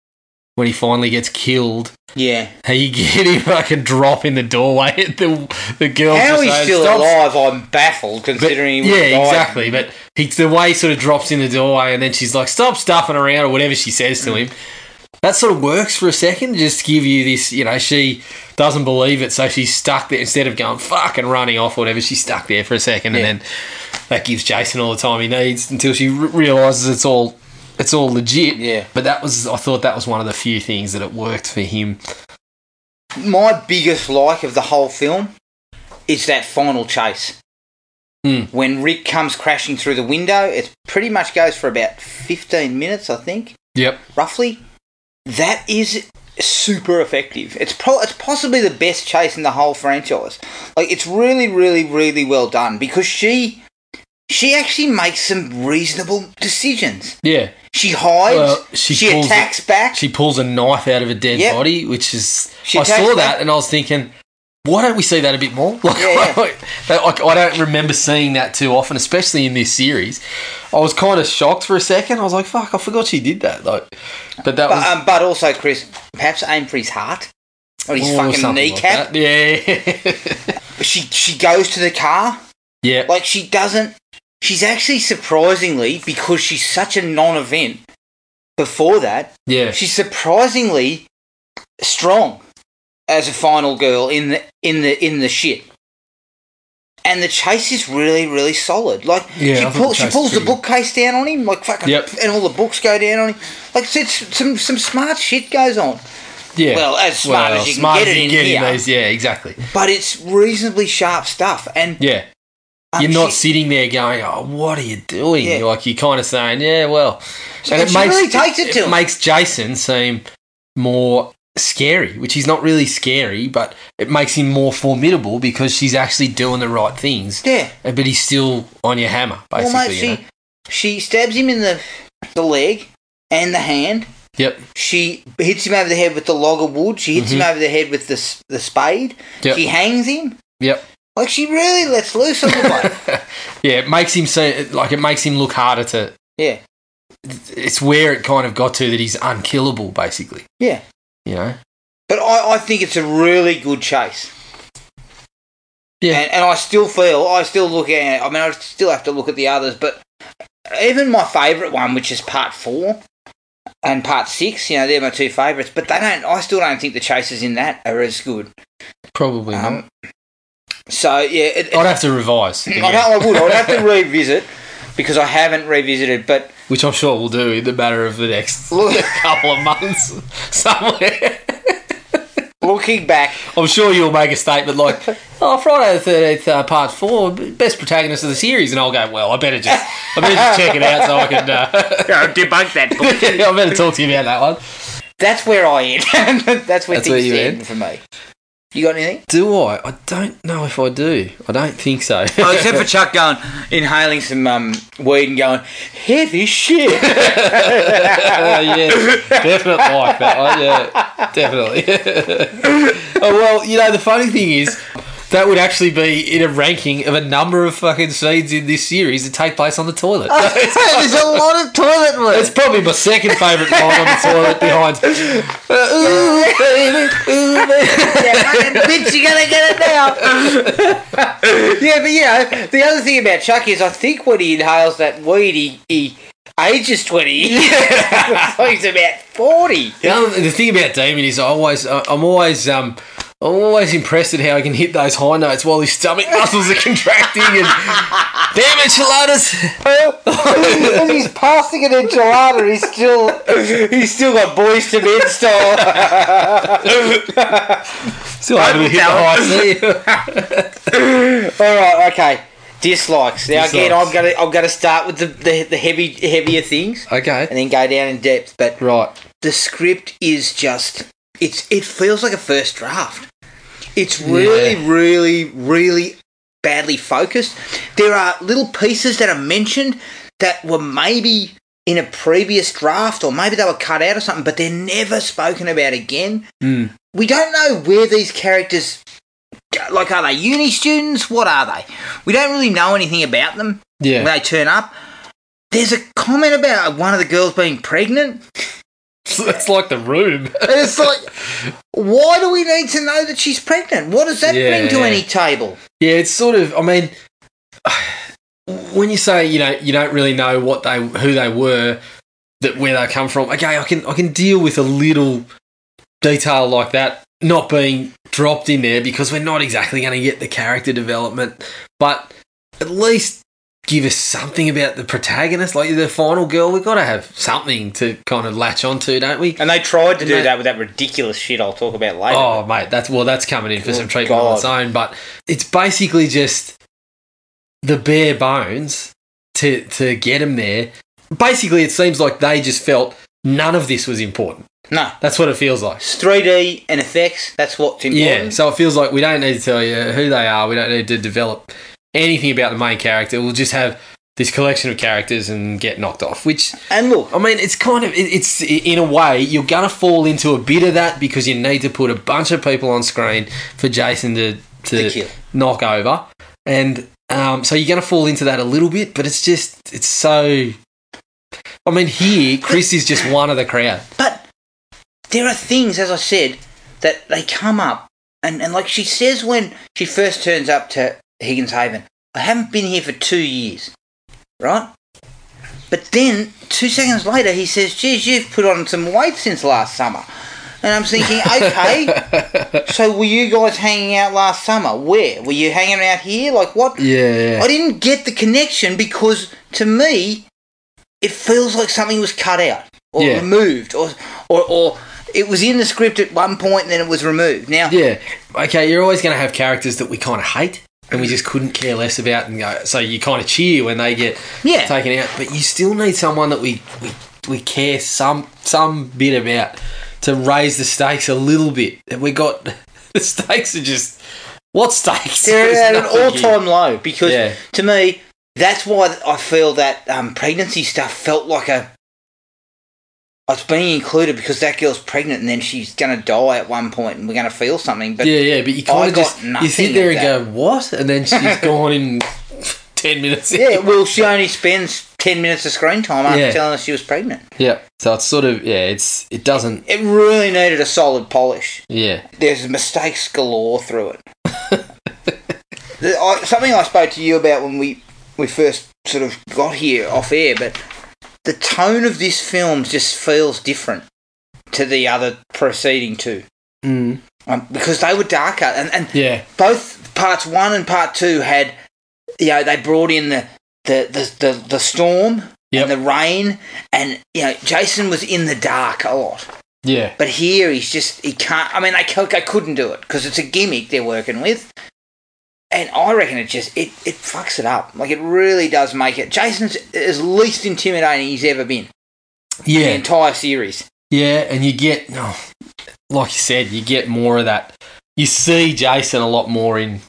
Speaker 3: When he finally gets killed,
Speaker 2: Yeah.
Speaker 3: he get him fucking drop in the doorway at the the girl.
Speaker 2: How
Speaker 3: just
Speaker 2: he's
Speaker 3: saying,
Speaker 2: still
Speaker 3: "Stop
Speaker 2: alive, I'm baffled
Speaker 3: but-
Speaker 2: considering he
Speaker 3: yeah,
Speaker 2: died.
Speaker 3: exactly. But he, the way he sort of drops in the doorway, and then she's like, "Stop stuffing around," or whatever she says
Speaker 2: Mm.
Speaker 3: to him. That sort of works for a second, just to give you this. You know, she doesn't believe it, so she's stuck there instead of going fuck and running off or whatever. She's stuck there for a second,
Speaker 2: Yeah.
Speaker 3: and then that gives Jason all the time he needs until she r- realizes it's all it's all legit.
Speaker 2: Yeah.
Speaker 3: But that was, I thought that was one of the few things that it worked for him.
Speaker 2: my biggest like of the whole film is that final chase.
Speaker 3: Hmm.
Speaker 2: When Rick comes crashing through the window, it pretty much goes for about 15 minutes, I think,
Speaker 3: Yep.
Speaker 2: roughly. That is super effective. It's pro- it's possibly the best chase in the whole franchise. Like it's really really really well done because she she actually makes some reasonable decisions.
Speaker 3: Yeah.
Speaker 2: She hides,
Speaker 3: Well, she
Speaker 2: she,
Speaker 3: pulls it-
Speaker 2: attacks back.
Speaker 3: She pulls a knife out of a dead
Speaker 2: Yep.
Speaker 3: body, which is
Speaker 2: She
Speaker 3: I
Speaker 2: takes
Speaker 3: saw that
Speaker 2: that-
Speaker 3: and I was thinking, why don't we see that a bit more? Like,
Speaker 2: Yeah, yeah.
Speaker 3: that- like, I don't remember seeing that too often, especially in this series. I was kind of shocked for a second. I was like, fuck, I forgot she did that. Like, but that
Speaker 2: But,
Speaker 3: was
Speaker 2: um, but also, Chris, perhaps aim for his heart or his
Speaker 3: or
Speaker 2: fucking
Speaker 3: Oh, something
Speaker 2: kneecap.
Speaker 3: like that. yeah,
Speaker 2: she she goes to the car
Speaker 3: yeah,
Speaker 2: like she doesn't. She's actually surprisingly because she's such a non-event. Before that,
Speaker 3: yeah.
Speaker 2: she's surprisingly strong as a final girl in the in the in the shit. And the chase is really, really solid. Like
Speaker 3: Yeah, I thought
Speaker 2: she, pull,
Speaker 3: the
Speaker 2: she
Speaker 3: chase
Speaker 2: pulls
Speaker 3: was
Speaker 2: the
Speaker 3: pretty good.
Speaker 2: bookcase down on him, like fucking,
Speaker 3: Yep.
Speaker 2: and all the books go down on him. Like it's, it's, some some smart shit goes on.
Speaker 3: yeah.
Speaker 2: well, as smart as you can get it in here.
Speaker 3: these- yeah, exactly.
Speaker 2: but it's reasonably sharp stuff. And
Speaker 3: Yeah,
Speaker 2: um,
Speaker 3: you're not
Speaker 2: she-
Speaker 3: sitting there going, "Oh, what are you doing?"
Speaker 2: Yeah.
Speaker 3: Like you're kind of saying, "Yeah, well,"
Speaker 2: and she really takes it to him.
Speaker 3: makes Jason seem more scary, which he's not really scary, but it makes him more formidable because she's actually doing the right things.
Speaker 2: yeah.
Speaker 3: Uh, But he's still on your hammer, basically.
Speaker 2: Well, mate,
Speaker 3: you
Speaker 2: she
Speaker 3: know?
Speaker 2: she stabs him in the the leg and the hand.
Speaker 3: Yep.
Speaker 2: She hits him over the head with the log of wood. She hits him over the head with the s- the spade.
Speaker 3: Mm-hmm. Yep.
Speaker 2: She hangs him.
Speaker 3: Yep.
Speaker 2: Like she really lets loose on the bloke.
Speaker 3: yeah, it makes him so like it makes him look harder to.
Speaker 2: Yeah.
Speaker 3: It's where it kind of got to that he's unkillable, basically.
Speaker 2: Yeah.
Speaker 3: You know.
Speaker 2: But I, I think it's a really good chase.
Speaker 3: Yeah.
Speaker 2: And, and I still feel, I still look at, I mean, I still have to look at the others, but even my favourite one, which is part four and part six, you know, they're my two favourites, but they don't, I still don't think the chases in that are as good.
Speaker 3: Probably not.
Speaker 2: Um, so, yeah, it,
Speaker 3: I'd have to revise,
Speaker 2: I, don't, I would, I would have to revisit because I haven't revisited, but
Speaker 3: which I'm sure we'll do in the matter of the next couple of months somewhere.
Speaker 2: looking back,
Speaker 3: I'm sure you'll make a statement like, "Oh, Friday the Thirteenth, uh, Part Four, best protagonist of the series," and I'll go, "Well, I better just, I better just check it out so I can, uh,
Speaker 2: debunk that book.
Speaker 3: I better talk to you about that one."
Speaker 2: That's where I end. That's where things
Speaker 3: That's where you
Speaker 2: end
Speaker 3: end.
Speaker 2: for me. You got anything?
Speaker 3: Do I? I don't know if I do. I don't think so.
Speaker 2: Oh, except for Chuck going, inhaling some um, weed and going, heavy shit.
Speaker 3: Uh, yes, definitely like that. one, yeah, definitely. oh, well, you know the funny thing is That would actually be in a ranking of a number of fucking scenes in this series that take place on the toilet.
Speaker 2: There's a lot of toilet
Speaker 3: That's
Speaker 2: work.
Speaker 3: probably my second favourite line on the toilet behind. Ooh, baby, ooh, baby.
Speaker 2: Bitch, you gotta get it now. yeah, but you know, the other thing about Chuck is I think when he inhales that weed, he, he ages 20. so he's about 40.
Speaker 3: The, other, the thing about Damien is I always, I- I'm always, um, I'm always impressed at how he can hit those high notes while his stomach muscles are contracting. And damn enchiladas!
Speaker 2: As he's passing an enchilada, he's still he's still got boys to men style.
Speaker 3: Still able to hit the high C.
Speaker 2: All right, okay. Dislikes. Now again,
Speaker 3: Dislikes.
Speaker 2: I'm gonna I'm gonna start with the, the, the heavy heavier things and
Speaker 3: Okay,
Speaker 2: then go down in depth. But
Speaker 3: right.
Speaker 2: the script is just it's it feels like a first draft. It's really, really, really badly focused. There are little pieces that are mentioned that were maybe in a previous draft or maybe they were cut out or something, but they're never spoken about again. We don't know where these characters like are they uni students? What are they? We don't really know anything about them
Speaker 3: Yeah.
Speaker 2: when they turn up. There's a comment about one of the girls being pregnant.
Speaker 3: It's, it's like the room.
Speaker 2: And it's like, why do we need to know that she's pregnant? What does that bring to
Speaker 3: Yeah.
Speaker 2: any table?
Speaker 3: Yeah, it's sort of. I mean, when you say you know you don't really know what they who they were, that where they come from. Okay, I can I can deal with a little detail like that not being dropped in there because we're not exactly going to get the character development, but at least give us something about the protagonist, like the final girl. We've got to have something to kind of latch onto, don't we?
Speaker 2: And they tried to
Speaker 3: do that
Speaker 2: with that ridiculous shit I'll talk about later.
Speaker 3: Oh, mate, that's well, that's coming in for some
Speaker 2: Good
Speaker 3: treatment on
Speaker 2: God.
Speaker 3: its own. But it's basically just the bare bones to to get him there. Basically, it seems like they just felt none of this was important.
Speaker 2: No.
Speaker 3: That's what it feels like.
Speaker 2: It's 3D and effects. That's what's
Speaker 3: Yeah,
Speaker 2: important.
Speaker 3: so it feels like we don't need to tell you who they are. We don't need to develop anything about the main character. We'll just have this collection of characters and get knocked off, which
Speaker 2: And look,
Speaker 3: I mean, it's kind of it- it's in a way you're gonna fall into a bit of that because you need to put a bunch of people on screen for Jason to to,
Speaker 2: To kill.
Speaker 3: knock over, and um, so you're gonna fall into that a little bit. But it's just it's so. I mean, here Chris is just one of the crowd.
Speaker 2: but there are things, as I said, that they come up. And, and like she says when she first turns up to Higgins Haven, I haven't been here for two years, right? But then two seconds later, he says, "Geez, you've put on some weight since last summer." And I'm thinking, okay, so were you guys hanging out last summer? Where were you hanging out here? Like what?
Speaker 3: Yeah,
Speaker 2: I didn't get the connection because to me, it feels like something was cut out or
Speaker 3: Yeah.
Speaker 2: removed or, or or it was in the script at one point and then it was removed. Now,
Speaker 3: yeah. Okay, you're always gonna have characters that we kind of hate. And we just couldn't care less about, and go, so you kind of cheer when they get
Speaker 2: Yeah.
Speaker 3: taken out. But you still need someone that we, we we care some some bit about to raise the stakes a little bit. And we got the stakes are just what stakes? There's
Speaker 2: they're at an
Speaker 3: nothing
Speaker 2: all
Speaker 3: here.
Speaker 2: time low because
Speaker 3: Yeah.
Speaker 2: to me, that's why I feel that um, pregnancy stuff felt like a. It's being included because that girl's pregnant and then she's going to die at one point and we're going to feel something. But
Speaker 3: Yeah, yeah. But you kind
Speaker 2: I
Speaker 3: of
Speaker 2: got
Speaker 3: just you
Speaker 2: nothing
Speaker 3: sit there
Speaker 2: of
Speaker 3: and go what, and then she's gone in ten minutes.
Speaker 2: Yeah, well, she only spends 10 minutes of screen time after
Speaker 3: Yeah.
Speaker 2: telling us she was pregnant.
Speaker 3: yeah. So it's sort of yeah. It's it doesn't
Speaker 2: It really needed a solid polish.
Speaker 3: yeah.
Speaker 2: there's mistakes galore through it. The- I, something I spoke to you about when we, we first sort of got here off air, but the tone of this film just feels different to the other preceding two.
Speaker 3: Mm.
Speaker 2: Um, because they were darker, and, and
Speaker 3: Yeah.
Speaker 2: both parts one and part two had, you know, they brought in the the the the, the storm
Speaker 3: Yep.
Speaker 2: and the rain, and you know, Jason was in the dark a lot.
Speaker 3: Yeah.
Speaker 2: But here he's just he can't. I mean, they, cou- they couldn't do it because it's a gimmick they're working with, and I reckon it just it it fucks it up. Like it really does make it. Jason's is least intimidating he's ever been in the
Speaker 3: Yeah.
Speaker 2: entire series.
Speaker 3: Yeah, and you get no, like you said, you get more of that. You see Jason a lot more in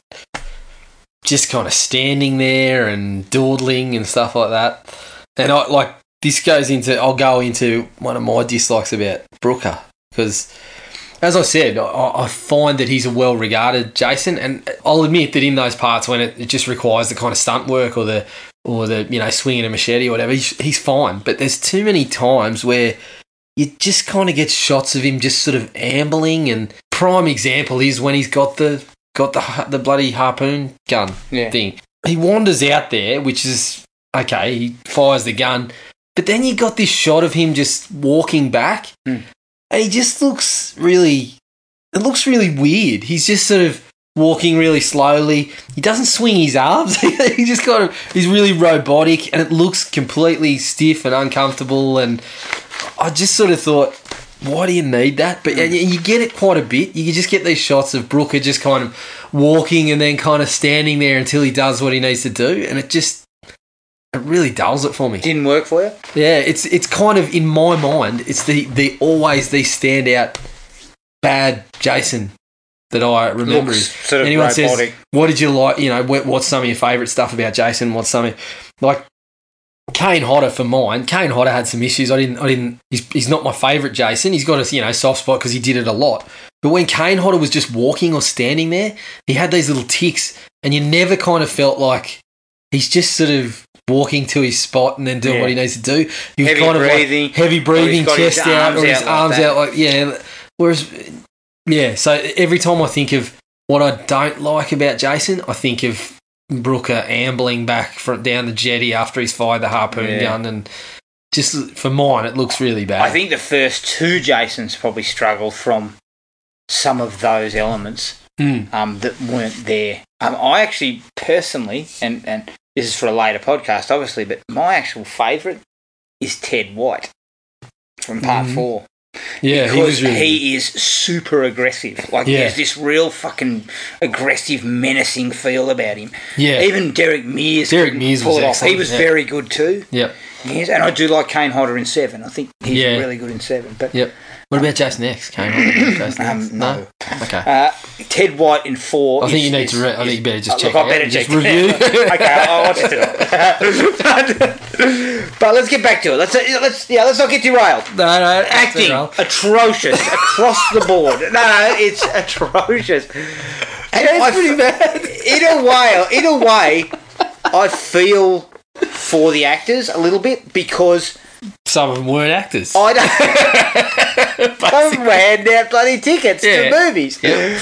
Speaker 3: just kind of standing there and dawdling and stuff like that. And I like this goes into I'll go into one of my dislikes about Brooker because as I said, I, I find that he's a well regarded Jason, and I'll admit that in those parts when it, it just requires the kind of stunt work or the or the you know swinging a machete or whatever, he's, he's fine. But there's too many times where you just kind of get shots of him just sort of ambling, and prime example is when he's got the got the ha- the bloody harpoon gun
Speaker 2: Yeah.
Speaker 3: thing. He wanders out there, which is okay. He fires the gun, but then you got this shot of him just walking back,
Speaker 2: Hmm.
Speaker 3: and he just looks really. It looks really weird. He's just sort of walking really slowly. He doesn't swing his arms. he just kind of he's really robotic, and it looks completely stiff and uncomfortable. And I just sort of thought, why do you need that? But and you- you get it quite a bit. You just get these shots of Brooker just kind of walking and then kind of standing there until he does what he needs to do, and it just it really dulls it for me.
Speaker 2: Didn't work for you?
Speaker 3: Yeah, it's it's kind of in my mind, it's the the always the standout bad Jason that I remember.
Speaker 2: Looks
Speaker 3: is-
Speaker 2: sort of
Speaker 3: Anyone says,
Speaker 2: robotic.
Speaker 3: what did you like? You know, what, what's some of your favourite stuff about Jason? What's some of, like Kane Hodder for mine? Kane Hodder had some issues. I didn't. I didn't. He's, he's not my favourite Jason. He's got a you know soft spot because he did it a lot. But when Kane Hodder was just walking or standing there, he had these little ticks, and you never kind of felt like he's just sort of walking to his spot and then doing
Speaker 2: Yeah.
Speaker 3: what he needs to do. He was
Speaker 2: Heavy
Speaker 3: kind of like
Speaker 2: breathing,
Speaker 3: heavy breathing,
Speaker 2: Oh, got his
Speaker 3: chest out,
Speaker 2: arms
Speaker 3: or his
Speaker 2: out like
Speaker 3: arms
Speaker 2: that.
Speaker 3: out like yeah. Whereas yeah, so every time I think of what I don't like about Jason, I think of Brooker ambling back from down the jetty after he's fired the harpoon
Speaker 2: Yeah.
Speaker 3: gun, and just for mine, it looks really bad.
Speaker 2: I think the first two Jasons probably struggle from some of those elements
Speaker 3: Mm.
Speaker 2: um, that weren't there. Um, I actually personally, and, and this is for a later podcast, obviously, but my actual favourite is Ted White from Part
Speaker 3: Mhm.
Speaker 2: Four.
Speaker 3: yeah, he
Speaker 2: because
Speaker 3: was
Speaker 2: he,
Speaker 3: really.
Speaker 2: is super aggressive. Like
Speaker 3: Yeah.
Speaker 2: there's this real fucking aggressive, menacing feel about him.
Speaker 3: yeah,
Speaker 2: Even Derek Mears,
Speaker 3: Derek
Speaker 2: couldn't
Speaker 3: Mears
Speaker 2: pull
Speaker 3: was
Speaker 2: it off. He
Speaker 3: excellent,
Speaker 2: was
Speaker 3: yeah.
Speaker 2: very good too.
Speaker 3: yep,
Speaker 2: Yes, and I do like Kane Hodder in Seven. I think he's
Speaker 3: Yeah.
Speaker 2: really good in Seven. But
Speaker 3: yep. What about Jason X? Came on, Jason X?
Speaker 2: Um, no.
Speaker 3: okay.
Speaker 2: uh, Ted White in Four.
Speaker 3: I think
Speaker 2: is-
Speaker 3: you need to.
Speaker 2: is-
Speaker 3: Re- I think you better just
Speaker 2: Uh,
Speaker 3: check.
Speaker 2: look,
Speaker 3: it
Speaker 2: I better
Speaker 3: out.
Speaker 2: check
Speaker 3: Just review.
Speaker 2: okay, I'll I'll watch it. tonight. but, but let's get back to it. Let's let's yeah, let's not get derailed.
Speaker 3: no, no,
Speaker 2: acting atrocious across the board. No, no, it's atrocious. And I, pretty bad. In a way, in a way, I feel for the actors a little bit because
Speaker 3: Some of them weren't actors.
Speaker 2: I don't. I'm hand out bloody tickets
Speaker 3: Yeah.
Speaker 2: to movies.
Speaker 3: Yeah.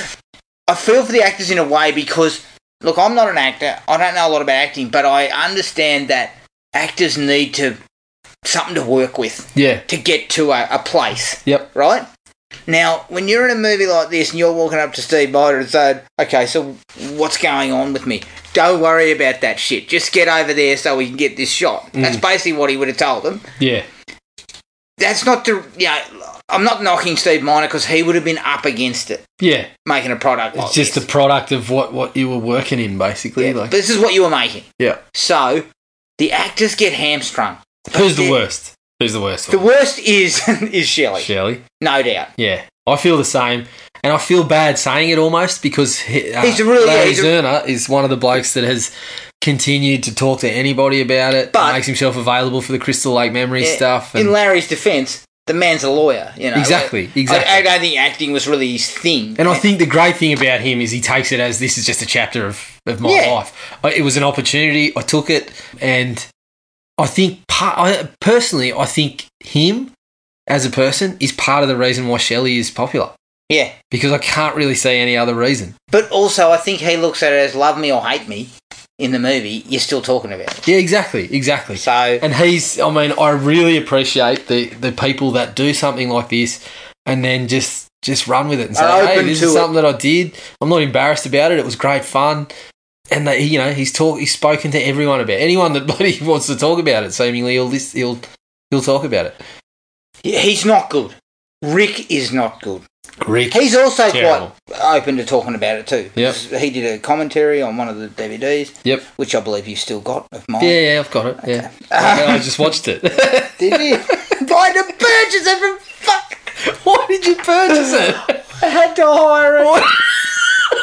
Speaker 2: I feel for the actors in a way because, look, I'm not an actor. I don't know a lot about acting, but I understand that actors need to something to work with
Speaker 3: yeah.
Speaker 2: to get to a, a place
Speaker 3: Yep.
Speaker 2: right? Now, when you're in a movie like this and you're walking up to Steve Miner and saying, okay, so what's going on with me? Don't worry about that shit. Just get over there so we can get this shot.
Speaker 3: Mm.
Speaker 2: That's basically what he would have told them.
Speaker 3: Yeah.
Speaker 2: That's not the, you know, I'm not knocking Steve Miner because he would have been up against it
Speaker 3: Yeah.
Speaker 2: making a product like
Speaker 3: It's just a
Speaker 2: this.
Speaker 3: product of what what you were working in, basically.
Speaker 2: Yeah,
Speaker 3: like,
Speaker 2: this is what you were making.
Speaker 3: yeah.
Speaker 2: So, the actors get hamstrung.
Speaker 3: Who's the
Speaker 2: Yeah.
Speaker 3: worst? Who's the worst?
Speaker 2: The worst is is Shelley,
Speaker 3: Shelley.
Speaker 2: no doubt.
Speaker 3: Yeah, I feel the same, and I feel bad saying it almost because he, uh,
Speaker 2: He's a really-
Speaker 3: Larry
Speaker 2: he's a-
Speaker 3: Zerner is one of the blokes that has continued to talk to anybody about it.
Speaker 2: But-
Speaker 3: makes himself available for the Crystal Lake memory
Speaker 2: Yeah,
Speaker 3: stuff.
Speaker 2: In
Speaker 3: And,
Speaker 2: Larry's defence, the man's a lawyer. You know
Speaker 3: Exactly,
Speaker 2: I-
Speaker 3: exactly.
Speaker 2: I, don't think acting was really his thing.
Speaker 3: and I think the great thing about him is he takes it as this is just a chapter of of my
Speaker 2: Yeah.
Speaker 3: life. I, it was an opportunity. I took it, and I think par- I, personally, I think him as a person is part of the reason why Shelley is popular
Speaker 2: yeah,
Speaker 3: because I can't really see any other reason.
Speaker 2: but also I think he looks at it as love me or hate me. In the movie, you're still talking about it.
Speaker 3: Yeah, exactly, exactly.
Speaker 2: So
Speaker 3: and he's, I mean, I really appreciate the the people that do something like this and then just just run with it and say,
Speaker 2: Are
Speaker 3: hey,
Speaker 2: open
Speaker 3: this
Speaker 2: to
Speaker 3: is
Speaker 2: it."
Speaker 3: something that I did. I'm not embarrassed about it. It was great fun. And they, you know, he's talk, he's spoken to everyone about it. anyone that bloody wants to talk about it. Seemingly, he'll list, he'll he'll talk about it.
Speaker 2: he's not good. Rick is not good.
Speaker 3: Rick,
Speaker 2: He's also
Speaker 3: Terrible.
Speaker 2: quite open to talking about it too.
Speaker 3: Yep.
Speaker 2: He did a commentary on one of the DVDs,
Speaker 3: yep,
Speaker 2: which I believe you still got of mine.
Speaker 3: yeah, yeah, I've got it. Yeah, I just watched it.
Speaker 2: Did you? Why did you purchase it from fuck?
Speaker 3: Why did you purchase it?
Speaker 2: I had to hire it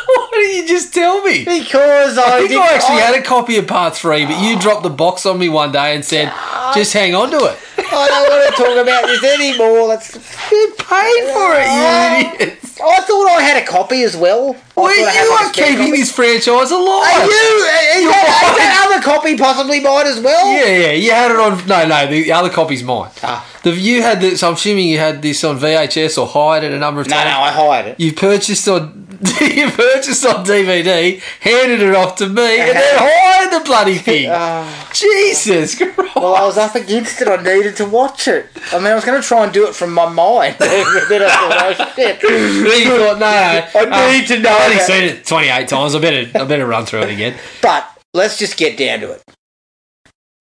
Speaker 3: Why didn't you just tell me?
Speaker 2: because I,
Speaker 3: I think
Speaker 2: didn't-
Speaker 3: I actually had a copy of part three, but you dropped the box on me one day and said, just hang on to it.
Speaker 2: I don't want to talk about this anymore. That's
Speaker 3: You paid for it, you idiot.
Speaker 2: a copy as well? I
Speaker 3: Well,
Speaker 2: thought I had,
Speaker 3: you
Speaker 2: like, a
Speaker 3: are
Speaker 2: spare
Speaker 3: keeping
Speaker 2: copy.
Speaker 3: this franchise alive.
Speaker 2: Are you? Is that, is that other copy possibly mine as well?
Speaker 3: Yeah, yeah, you had it on. No, no, the, the other copy's mine.
Speaker 2: Ah.
Speaker 3: The you had this. I'm assuming you had this on VHS or hired it a number of
Speaker 2: No,
Speaker 3: times.
Speaker 2: no, I hired it.
Speaker 3: You purchased on you purchased on DVD, handed it off to me, and then hired the bloody thing.
Speaker 2: Ah.
Speaker 3: Jesus Christ!
Speaker 2: Well, I was up against it. I needed to watch it. I mean, I was going to try and do it from my mind. then I thought, oh shit.
Speaker 3: Then you thought, no, no,
Speaker 2: I need to know
Speaker 3: I've only
Speaker 2: that.
Speaker 3: seen it 28 times. I better, I better run through it again.
Speaker 2: But let's just get down to it.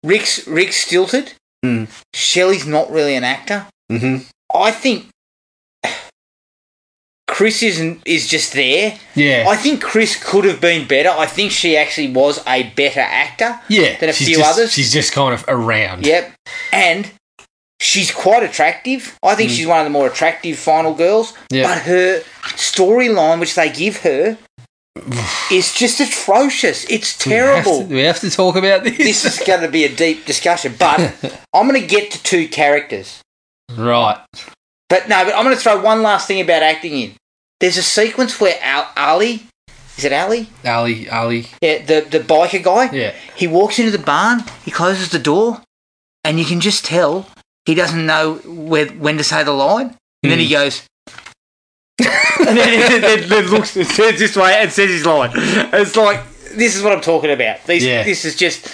Speaker 2: Rick's Rick's stilted.
Speaker 3: Mm.
Speaker 2: Shelley's not really an actor.
Speaker 3: Mm-hmm.
Speaker 2: I think Chris isn't is just there.
Speaker 3: Yeah,
Speaker 2: I think Chris could have been better. I think she actually was a better actor.
Speaker 3: yeah.
Speaker 2: than a
Speaker 3: she's
Speaker 2: few
Speaker 3: just,
Speaker 2: others.
Speaker 3: She's just kind of around.
Speaker 2: Yep. And she's quite attractive. I think she's one of the more attractive final girls.
Speaker 3: Mm. Yeah.
Speaker 2: But her storyline, which they give her, is just atrocious. It's
Speaker 3: We have to-
Speaker 2: terrible.
Speaker 3: We have to, talk about this.
Speaker 2: this is going to be a deep discussion, but I'm going to get to two characters.
Speaker 3: right.
Speaker 2: But no, but I'm going to throw one last thing about acting in. There's a sequence where Al- Ali, is it Ali?
Speaker 3: Ali, Ali.
Speaker 2: Yeah, the, the biker guy.
Speaker 3: Yeah.
Speaker 2: He walks into the barn, he closes the door, and you can just tell he doesn't know where, when to say the line. And then
Speaker 3: Hmm.
Speaker 2: he goes, and then, then, then looks and says this way and says his line. It's like, this is what I'm talking about. These,
Speaker 3: Yeah.
Speaker 2: This is just,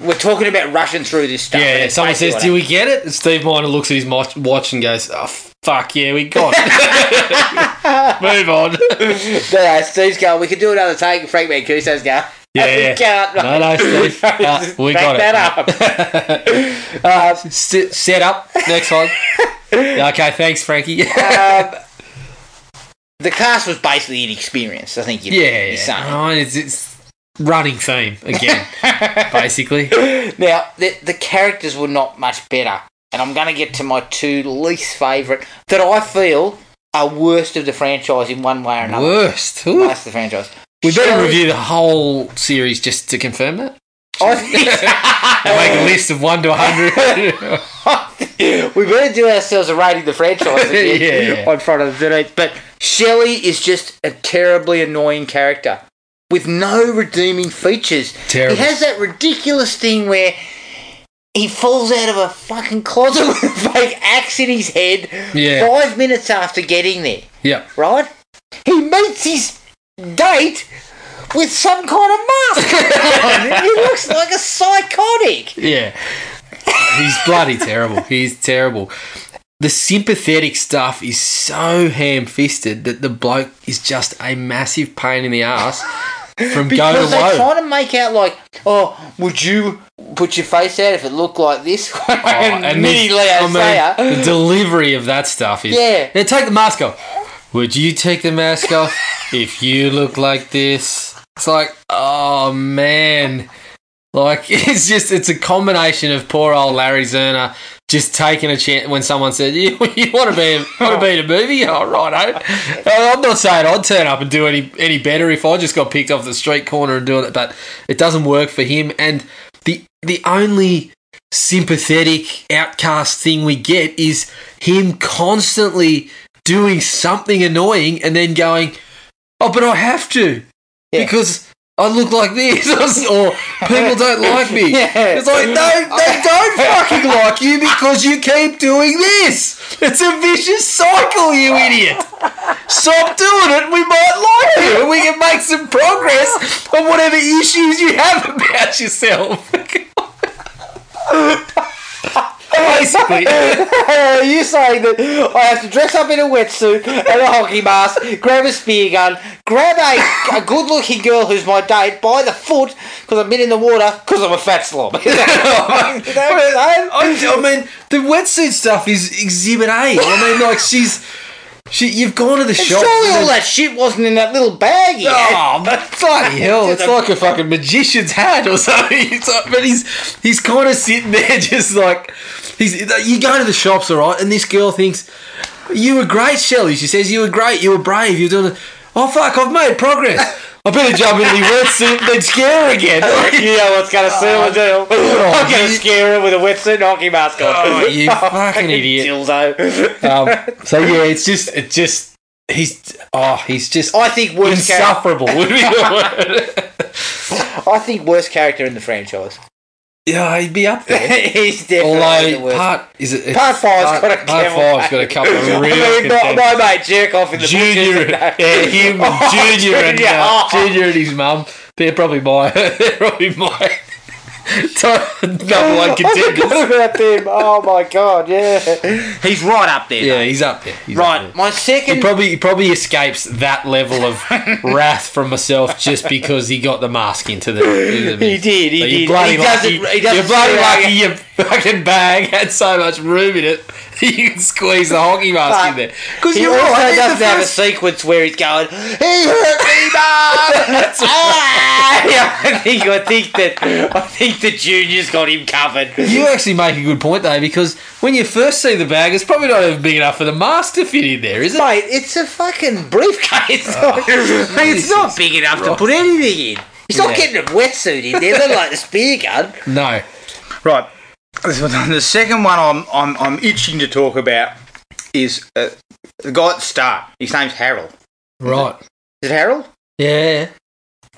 Speaker 2: we're talking about rushing through this stuff.
Speaker 3: Yeah,
Speaker 2: and
Speaker 3: yeah.
Speaker 2: it's
Speaker 3: Someone
Speaker 2: basically what
Speaker 3: says, "Do we get it?" And Steve Miner looks at his mo- watch and goes, "Oh fuck, yeah, we got it." Move on.
Speaker 2: No, no, Steve's going, we could do another take. and Frank Mancuso's going,
Speaker 3: Yeah,
Speaker 2: we
Speaker 3: yeah.
Speaker 2: can't.
Speaker 3: No, no, Steve. Uh, we
Speaker 2: Back
Speaker 3: got it.
Speaker 2: that up. Um,
Speaker 3: S- set up. Next one. okay, thanks, Frankie. yeah,
Speaker 2: um, the cast was basically inexperienced. I think you,
Speaker 3: yeah.
Speaker 2: you're saying.
Speaker 3: Oh, it's, it's running theme again, basically.
Speaker 2: Now the the characters were not much better, and I'm going to get to my two least favourite that I feel are worst of the franchise in one way or another.
Speaker 3: Worst. Ooh.
Speaker 2: Worst of the franchise.
Speaker 3: We better
Speaker 2: Shelley-
Speaker 3: review the whole series just to confirm that.
Speaker 2: I think-
Speaker 3: And make a list of one to a hundred.
Speaker 2: we better do ourselves a rating of the franchise again
Speaker 3: Yeah.
Speaker 2: on Friday the 13th. But Shelley is just a terribly annoying character with no redeeming features.
Speaker 3: Terrible.
Speaker 2: He has that ridiculous thing where he falls out of a fucking closet with a fake axe in his head
Speaker 3: Yeah.
Speaker 2: five minutes after getting there,
Speaker 3: yeah.
Speaker 2: right? He meets his date with some kind of mask. on. he looks like a psychotic.
Speaker 3: Yeah. He's bloody terrible. He's terrible. The sympathetic stuff is so ham fisted that the bloke is just a massive pain in the ass from go to
Speaker 2: Because they're
Speaker 3: low.
Speaker 2: trying to make out like, oh, would you put your face out if it looked like this?
Speaker 3: Oh,
Speaker 2: and mini
Speaker 3: this-
Speaker 2: Leo
Speaker 3: I mean,
Speaker 2: Sayer.
Speaker 3: the delivery of that stuff is
Speaker 2: Yeah.
Speaker 3: "Now take the mask off. Would you take the mask off if you look like this? It's like, oh man. Like it's just it's a combination of poor old Larry Zerner just taking a chance when someone said you, you want to be want to be in a movie. Oh right, I'm not saying I'd turn up and do any any better if I just got picked off the street corner and doing it, but it doesn't work for him. And the the only sympathetic outcast thing we get is him constantly doing something annoying and then going, "Oh, but I have to."
Speaker 2: Yeah.
Speaker 3: because I look like this, or people don't like me.
Speaker 2: Yeah.
Speaker 3: It's like, no, they don't fucking like you because you keep doing this. It's a vicious cycle, you idiot. Stop doing it, we might like you, and we can make some progress on whatever issues you have about yourself. Basically,
Speaker 2: Are you saying that I have to dress up in a wetsuit and a hockey mask, grab a spear gun, grab a, a good looking girl who's my date by the foot because I've been in the water because I'm a fat slob? Is that- is that what I'm saying?
Speaker 3: I, I mean, the wetsuit stuff is exhibit A. I mean, like she's, she, you've gone to the shop.
Speaker 2: Surely all that shit wasn't in that little bag he had.
Speaker 3: Oh, but bloody hell! It's like a fucking magician's hat or something. It's like- but he's he's kind of sitting there, just like he's. You go to the shops, all right, and this girl thinks you were great, Shelley. She says you were great, you were brave, you were doing. It. Oh fuck! I've made progress. I better jump into the wetsuit and then scare her again.
Speaker 2: You know what's going to seal the deal. I'm going to scare her with a wetsuit and hockey mask on.
Speaker 3: Oh, you fucking idiot.
Speaker 2: Dildo.
Speaker 3: Um, so yeah, it's just it just He's oh, he's just
Speaker 2: I think worst character.
Speaker 3: insufferable. would be the word.
Speaker 2: I think worst character in the franchise.
Speaker 3: yeah, he'd be up there.
Speaker 2: He's definitely the
Speaker 3: Although
Speaker 2: worst.
Speaker 3: part is it it's-
Speaker 2: Part five's got a
Speaker 3: part
Speaker 2: camel
Speaker 3: five's got a couple of real
Speaker 2: I mean, my,
Speaker 3: contenders.
Speaker 2: my mate jerk off in the
Speaker 3: Junior,
Speaker 2: bushes and-
Speaker 3: yeah, him,
Speaker 2: Oh,
Speaker 3: Junior, and
Speaker 2: Junior,
Speaker 3: uh,
Speaker 2: oh.
Speaker 3: Junior and his mum. They're probably my, they're probably my top- number one
Speaker 2: I forgot
Speaker 3: contenders.
Speaker 2: about them. Oh my god, yeah. He's right up there.
Speaker 3: Yeah, he's up there. He's up there.
Speaker 2: Right, my
Speaker 3: He
Speaker 2: second.
Speaker 3: probably he probably escapes that level of wrath from myself just because he got the mask into the. Into the
Speaker 2: He did, he
Speaker 3: So you're
Speaker 2: did.
Speaker 3: Bloody
Speaker 2: He
Speaker 3: lucky,
Speaker 2: doesn't- he doesn't
Speaker 3: you're bloody
Speaker 2: screw out
Speaker 3: lucky. Your fucking bag had so much room in it, you can squeeze the hockey mask in there. Because
Speaker 2: he
Speaker 3: you're
Speaker 2: also
Speaker 3: right. that's
Speaker 2: doesn't
Speaker 3: the
Speaker 2: have a
Speaker 3: first-
Speaker 2: sequence where he's going, he hurt me, mum! Ah! I think, I think that, I think the junior's got him covered.
Speaker 3: You actually make a good point though, because when you first see the bag, it's probably not even big enough for the mask to fit in there, is it?
Speaker 2: Mate, it's a fucking briefcase. it's not big enough to put anything in. He's not
Speaker 3: Yeah.
Speaker 2: getting a wetsuit in there, not like the spear gun.
Speaker 3: No.
Speaker 2: Right. This one- The second one I'm I'm, I'm itching to talk about is uh, the guy at the start. His name's Harold.
Speaker 3: Right.
Speaker 2: Is it Harold?
Speaker 3: Yeah.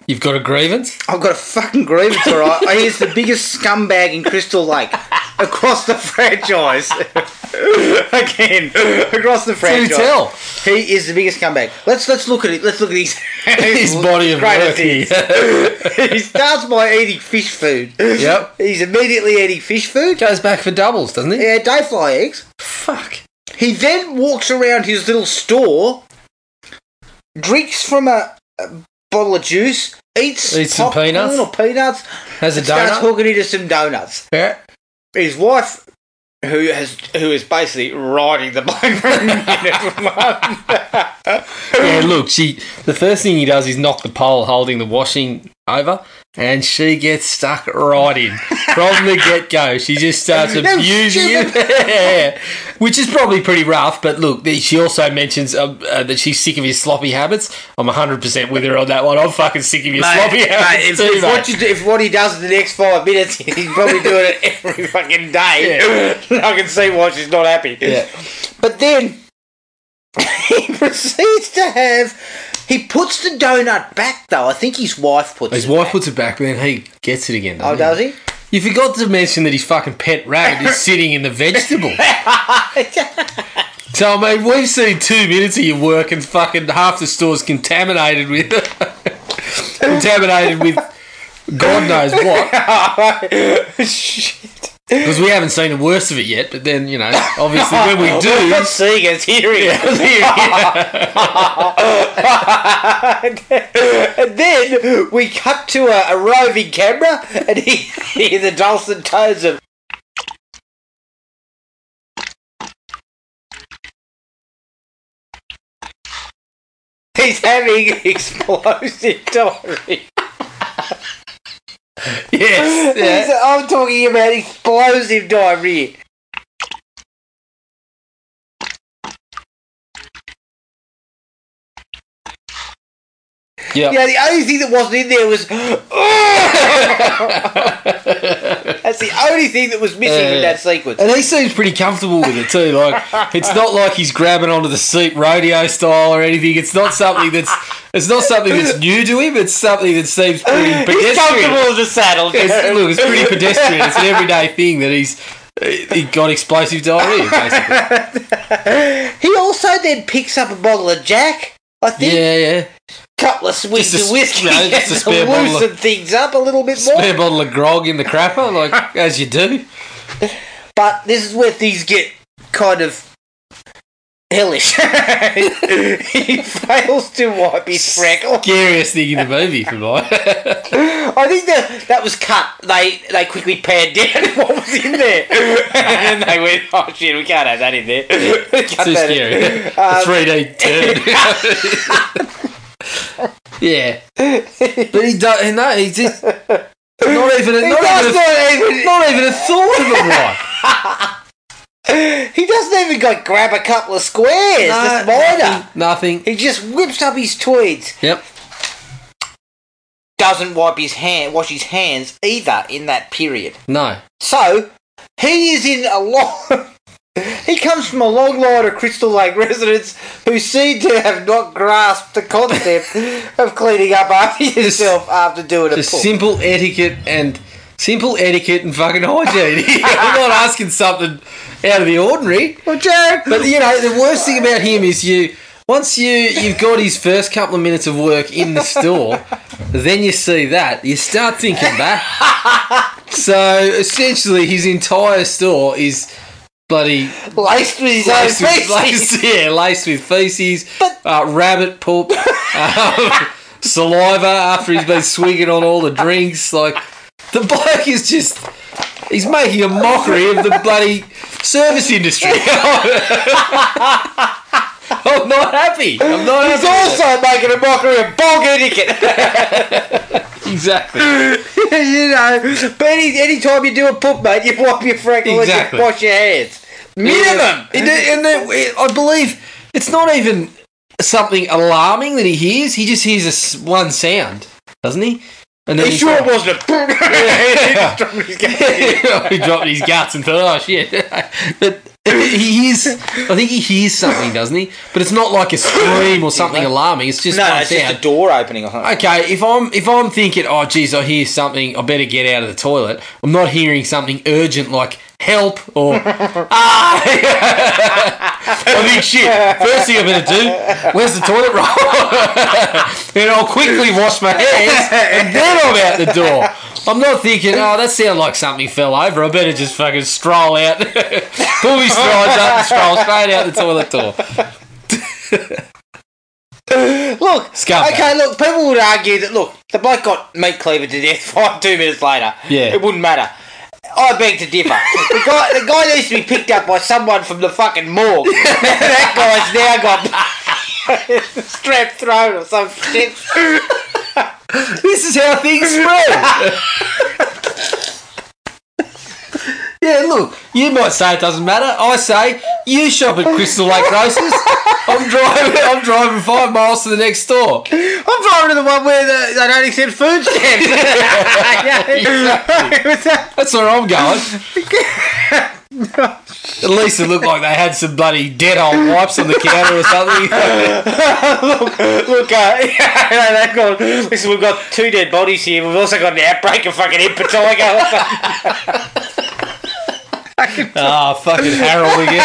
Speaker 3: You've got a grievance.
Speaker 2: I've got a fucking grievance, all right. He's the biggest scumbag in Crystal Lake across the franchise. Again, across the
Speaker 3: Do
Speaker 2: franchise.
Speaker 3: tell.
Speaker 2: He is the biggest scumbag. Let's let's look at it. Let's look at his
Speaker 3: His body of
Speaker 2: greatest
Speaker 3: work.
Speaker 2: hits. he starts by eating fish food.
Speaker 3: Yep.
Speaker 2: He's immediately eating fish food.
Speaker 3: Goes back for doubles, doesn't he?
Speaker 2: Yeah, day fly eggs.
Speaker 3: Fuck.
Speaker 2: He then walks around his little store, drinks from a, a bottle of juice, eats,
Speaker 3: Eats some
Speaker 2: popcorn
Speaker 3: peanuts.
Speaker 2: or peanuts,
Speaker 3: Has a
Speaker 2: starts
Speaker 3: donut.
Speaker 2: walking into some donuts.
Speaker 3: Yeah.
Speaker 2: His wife, who has who is basically riding the bike for a minute,
Speaker 3: yeah, look, she. The first thing he does is knock the pole holding the washing over, and she gets stuck right in from the get go. She just starts
Speaker 2: That was
Speaker 3: abusing him, Yeah. which is probably pretty rough. But look, the- she also mentions um, uh, that she's sick of his sloppy habits. I'm 100 percent with her on that one. I'm fucking sick of your sloppy habits
Speaker 2: if,
Speaker 3: too,
Speaker 2: if
Speaker 3: mate.
Speaker 2: what you do, if what he does in the next five minutes, he's probably doing it every fucking day. I can see why she's not happy.
Speaker 3: Yeah.
Speaker 2: But then he proceeds to have. He puts the donut back though. I think his wife puts
Speaker 3: His
Speaker 2: it.
Speaker 3: wife
Speaker 2: back.
Speaker 3: puts it back, but then he gets it again.
Speaker 2: Oh,
Speaker 3: Doesn't
Speaker 2: does he?
Speaker 3: he? You forgot to mention that his fucking pet rabbit is sitting in the vegetable. So I mean, we've seen two minutes of your work, and fucking half the store's contaminated with contaminated with God knows what.
Speaker 2: Shit.
Speaker 3: Because we haven't seen the worst of it yet. But then you know, obviously, when we
Speaker 2: We're
Speaker 3: do,
Speaker 2: not seeing it, it's hearing it. and then we cut to a, a roving camera and he hear the dulcet tones of He's having explosive diarrhea.
Speaker 3: yes,
Speaker 2: He's-
Speaker 3: yeah.
Speaker 2: I'm talking about explosive diarrhea.
Speaker 3: Yep.
Speaker 2: Yeah, the only thing that wasn't in there was. That's the only thing that was missing in
Speaker 3: Yeah.
Speaker 2: that sequence.
Speaker 3: And he seems pretty comfortable with it too. Like it's not like he's grabbing onto the seat rodeo style or anything. It's not something that's it's not something that's new to him. It's something that seems pretty pedestrian.
Speaker 2: He's comfortable as a saddle.
Speaker 3: It's,
Speaker 2: Jared.
Speaker 3: look, it's pretty pedestrian. It's an everyday thing that he's he got explosive diarrhea. Basically.
Speaker 2: He also then picks up a bottle of Jack. I think a
Speaker 3: Yeah, yeah.
Speaker 2: couple of swigs
Speaker 3: Just a-
Speaker 2: of whiskey
Speaker 3: you know,
Speaker 2: and
Speaker 3: just a spare
Speaker 2: to
Speaker 3: bottle of-
Speaker 2: loosen things up a little bit more.
Speaker 3: Spare bottle of grog in the crapper, like as you do.
Speaker 2: But this is where things get kind of hellish. he fails to wipe his freckle.
Speaker 3: Scariest thing in the movie for mine.
Speaker 2: I think that that was cut. They they quickly pared down what was in there, and then they went, "Oh shit, we can't have that in there." Cut
Speaker 3: Too
Speaker 2: that in.
Speaker 3: scary. A three D turn. yeah, but he does. No, he just not
Speaker 2: He
Speaker 3: even. A, not,
Speaker 2: does
Speaker 3: even a,
Speaker 2: not even.
Speaker 3: not even a thought of a wife.
Speaker 2: He doesn't even go grab a couple of squares. just minor.
Speaker 3: Nothing.
Speaker 2: He just whips up his tweeds.
Speaker 3: Yep.
Speaker 2: Doesn't wipe his hand, wash his hands either in that period.
Speaker 3: No.
Speaker 2: So he is in a lot. He comes from a long line of Crystal Lake residents who seem to have not grasped the concept of cleaning up after yourself after doing a
Speaker 3: Just
Speaker 2: pull.
Speaker 3: simple etiquette and simple etiquette and fucking hygiene. I'm not asking something out of the ordinary.
Speaker 2: well, Jared,
Speaker 3: But you know, the worst thing about him is you. Once you you've got his first couple of minutes of work in the store, then you see that you start thinking back. So essentially, his entire store is bloody
Speaker 2: laced with his
Speaker 3: laced
Speaker 2: own
Speaker 3: with,
Speaker 2: feces.
Speaker 3: laced, yeah, laced with feces,
Speaker 2: But-
Speaker 3: uh, rabbit poop, um, saliva after he's been swigging on all the drinks. Like the bloke is just. He's making a mockery of the bloody service industry. I'm not happy. I'm not
Speaker 2: He's
Speaker 3: happy.
Speaker 2: also making a mockery of bog etiquette.
Speaker 3: Exactly.
Speaker 2: you know, but any any time you do a poop, mate, you wipe your freckles
Speaker 3: Exactly.
Speaker 2: and you wash your hands. Minimum.
Speaker 3: And, and then, I believe it's not even something alarming that he hears. He just hears a s one sound, doesn't he? And
Speaker 2: He
Speaker 3: he's
Speaker 2: sure
Speaker 3: like-
Speaker 2: it wasn't a poop. He just dropped his gun.
Speaker 3: he dropped his guts and thought, oh shit. but he hears, I think he hears something, doesn't he? But it's not like a scream or something alarming. It's just
Speaker 2: no,
Speaker 3: one
Speaker 2: it's just a
Speaker 3: sound.
Speaker 2: door opening. I think.
Speaker 3: Okay, if I'm if I'm thinking, oh geez, I hear something, I better get out of the toilet. I'm not hearing something urgent like help or ah. I think shit. First thing I'm gonna do, where's the toilet roll? then I'll quickly wash my hands and then I'm out the door. I'm not thinking, oh, that sounded like something fell over. I better just fucking stroll out, pull my strides up, and stroll straight out the toilet door.
Speaker 2: Look,
Speaker 3: Scumbag.
Speaker 2: okay, look, people would argue that, look, the bloke got meat cleaver to death five, two minutes later.
Speaker 3: Yeah.
Speaker 2: It wouldn't matter. I beg to differ. the, guy, the guy needs to be picked up by someone from the fucking morgue. that guy's now got strep throat or some shit.
Speaker 3: This is how things spread. yeah, look, you might say it doesn't matter. I say you shop at Crystal Lake Grocers. I'm driving. I'm driving five miles to the next store.
Speaker 2: I'm driving to the one where the, they don't accept food stamps.
Speaker 3: Exactly.
Speaker 2: What's that?
Speaker 3: That's where I'm going. At least it looked like they had some bloody dead old wipes on the counter or something.
Speaker 2: Look, uh, they've got. Listen, we've got two dead bodies here. We've also got an outbreak of fucking impetigo. or something.
Speaker 3: Ah, fucking Harold again.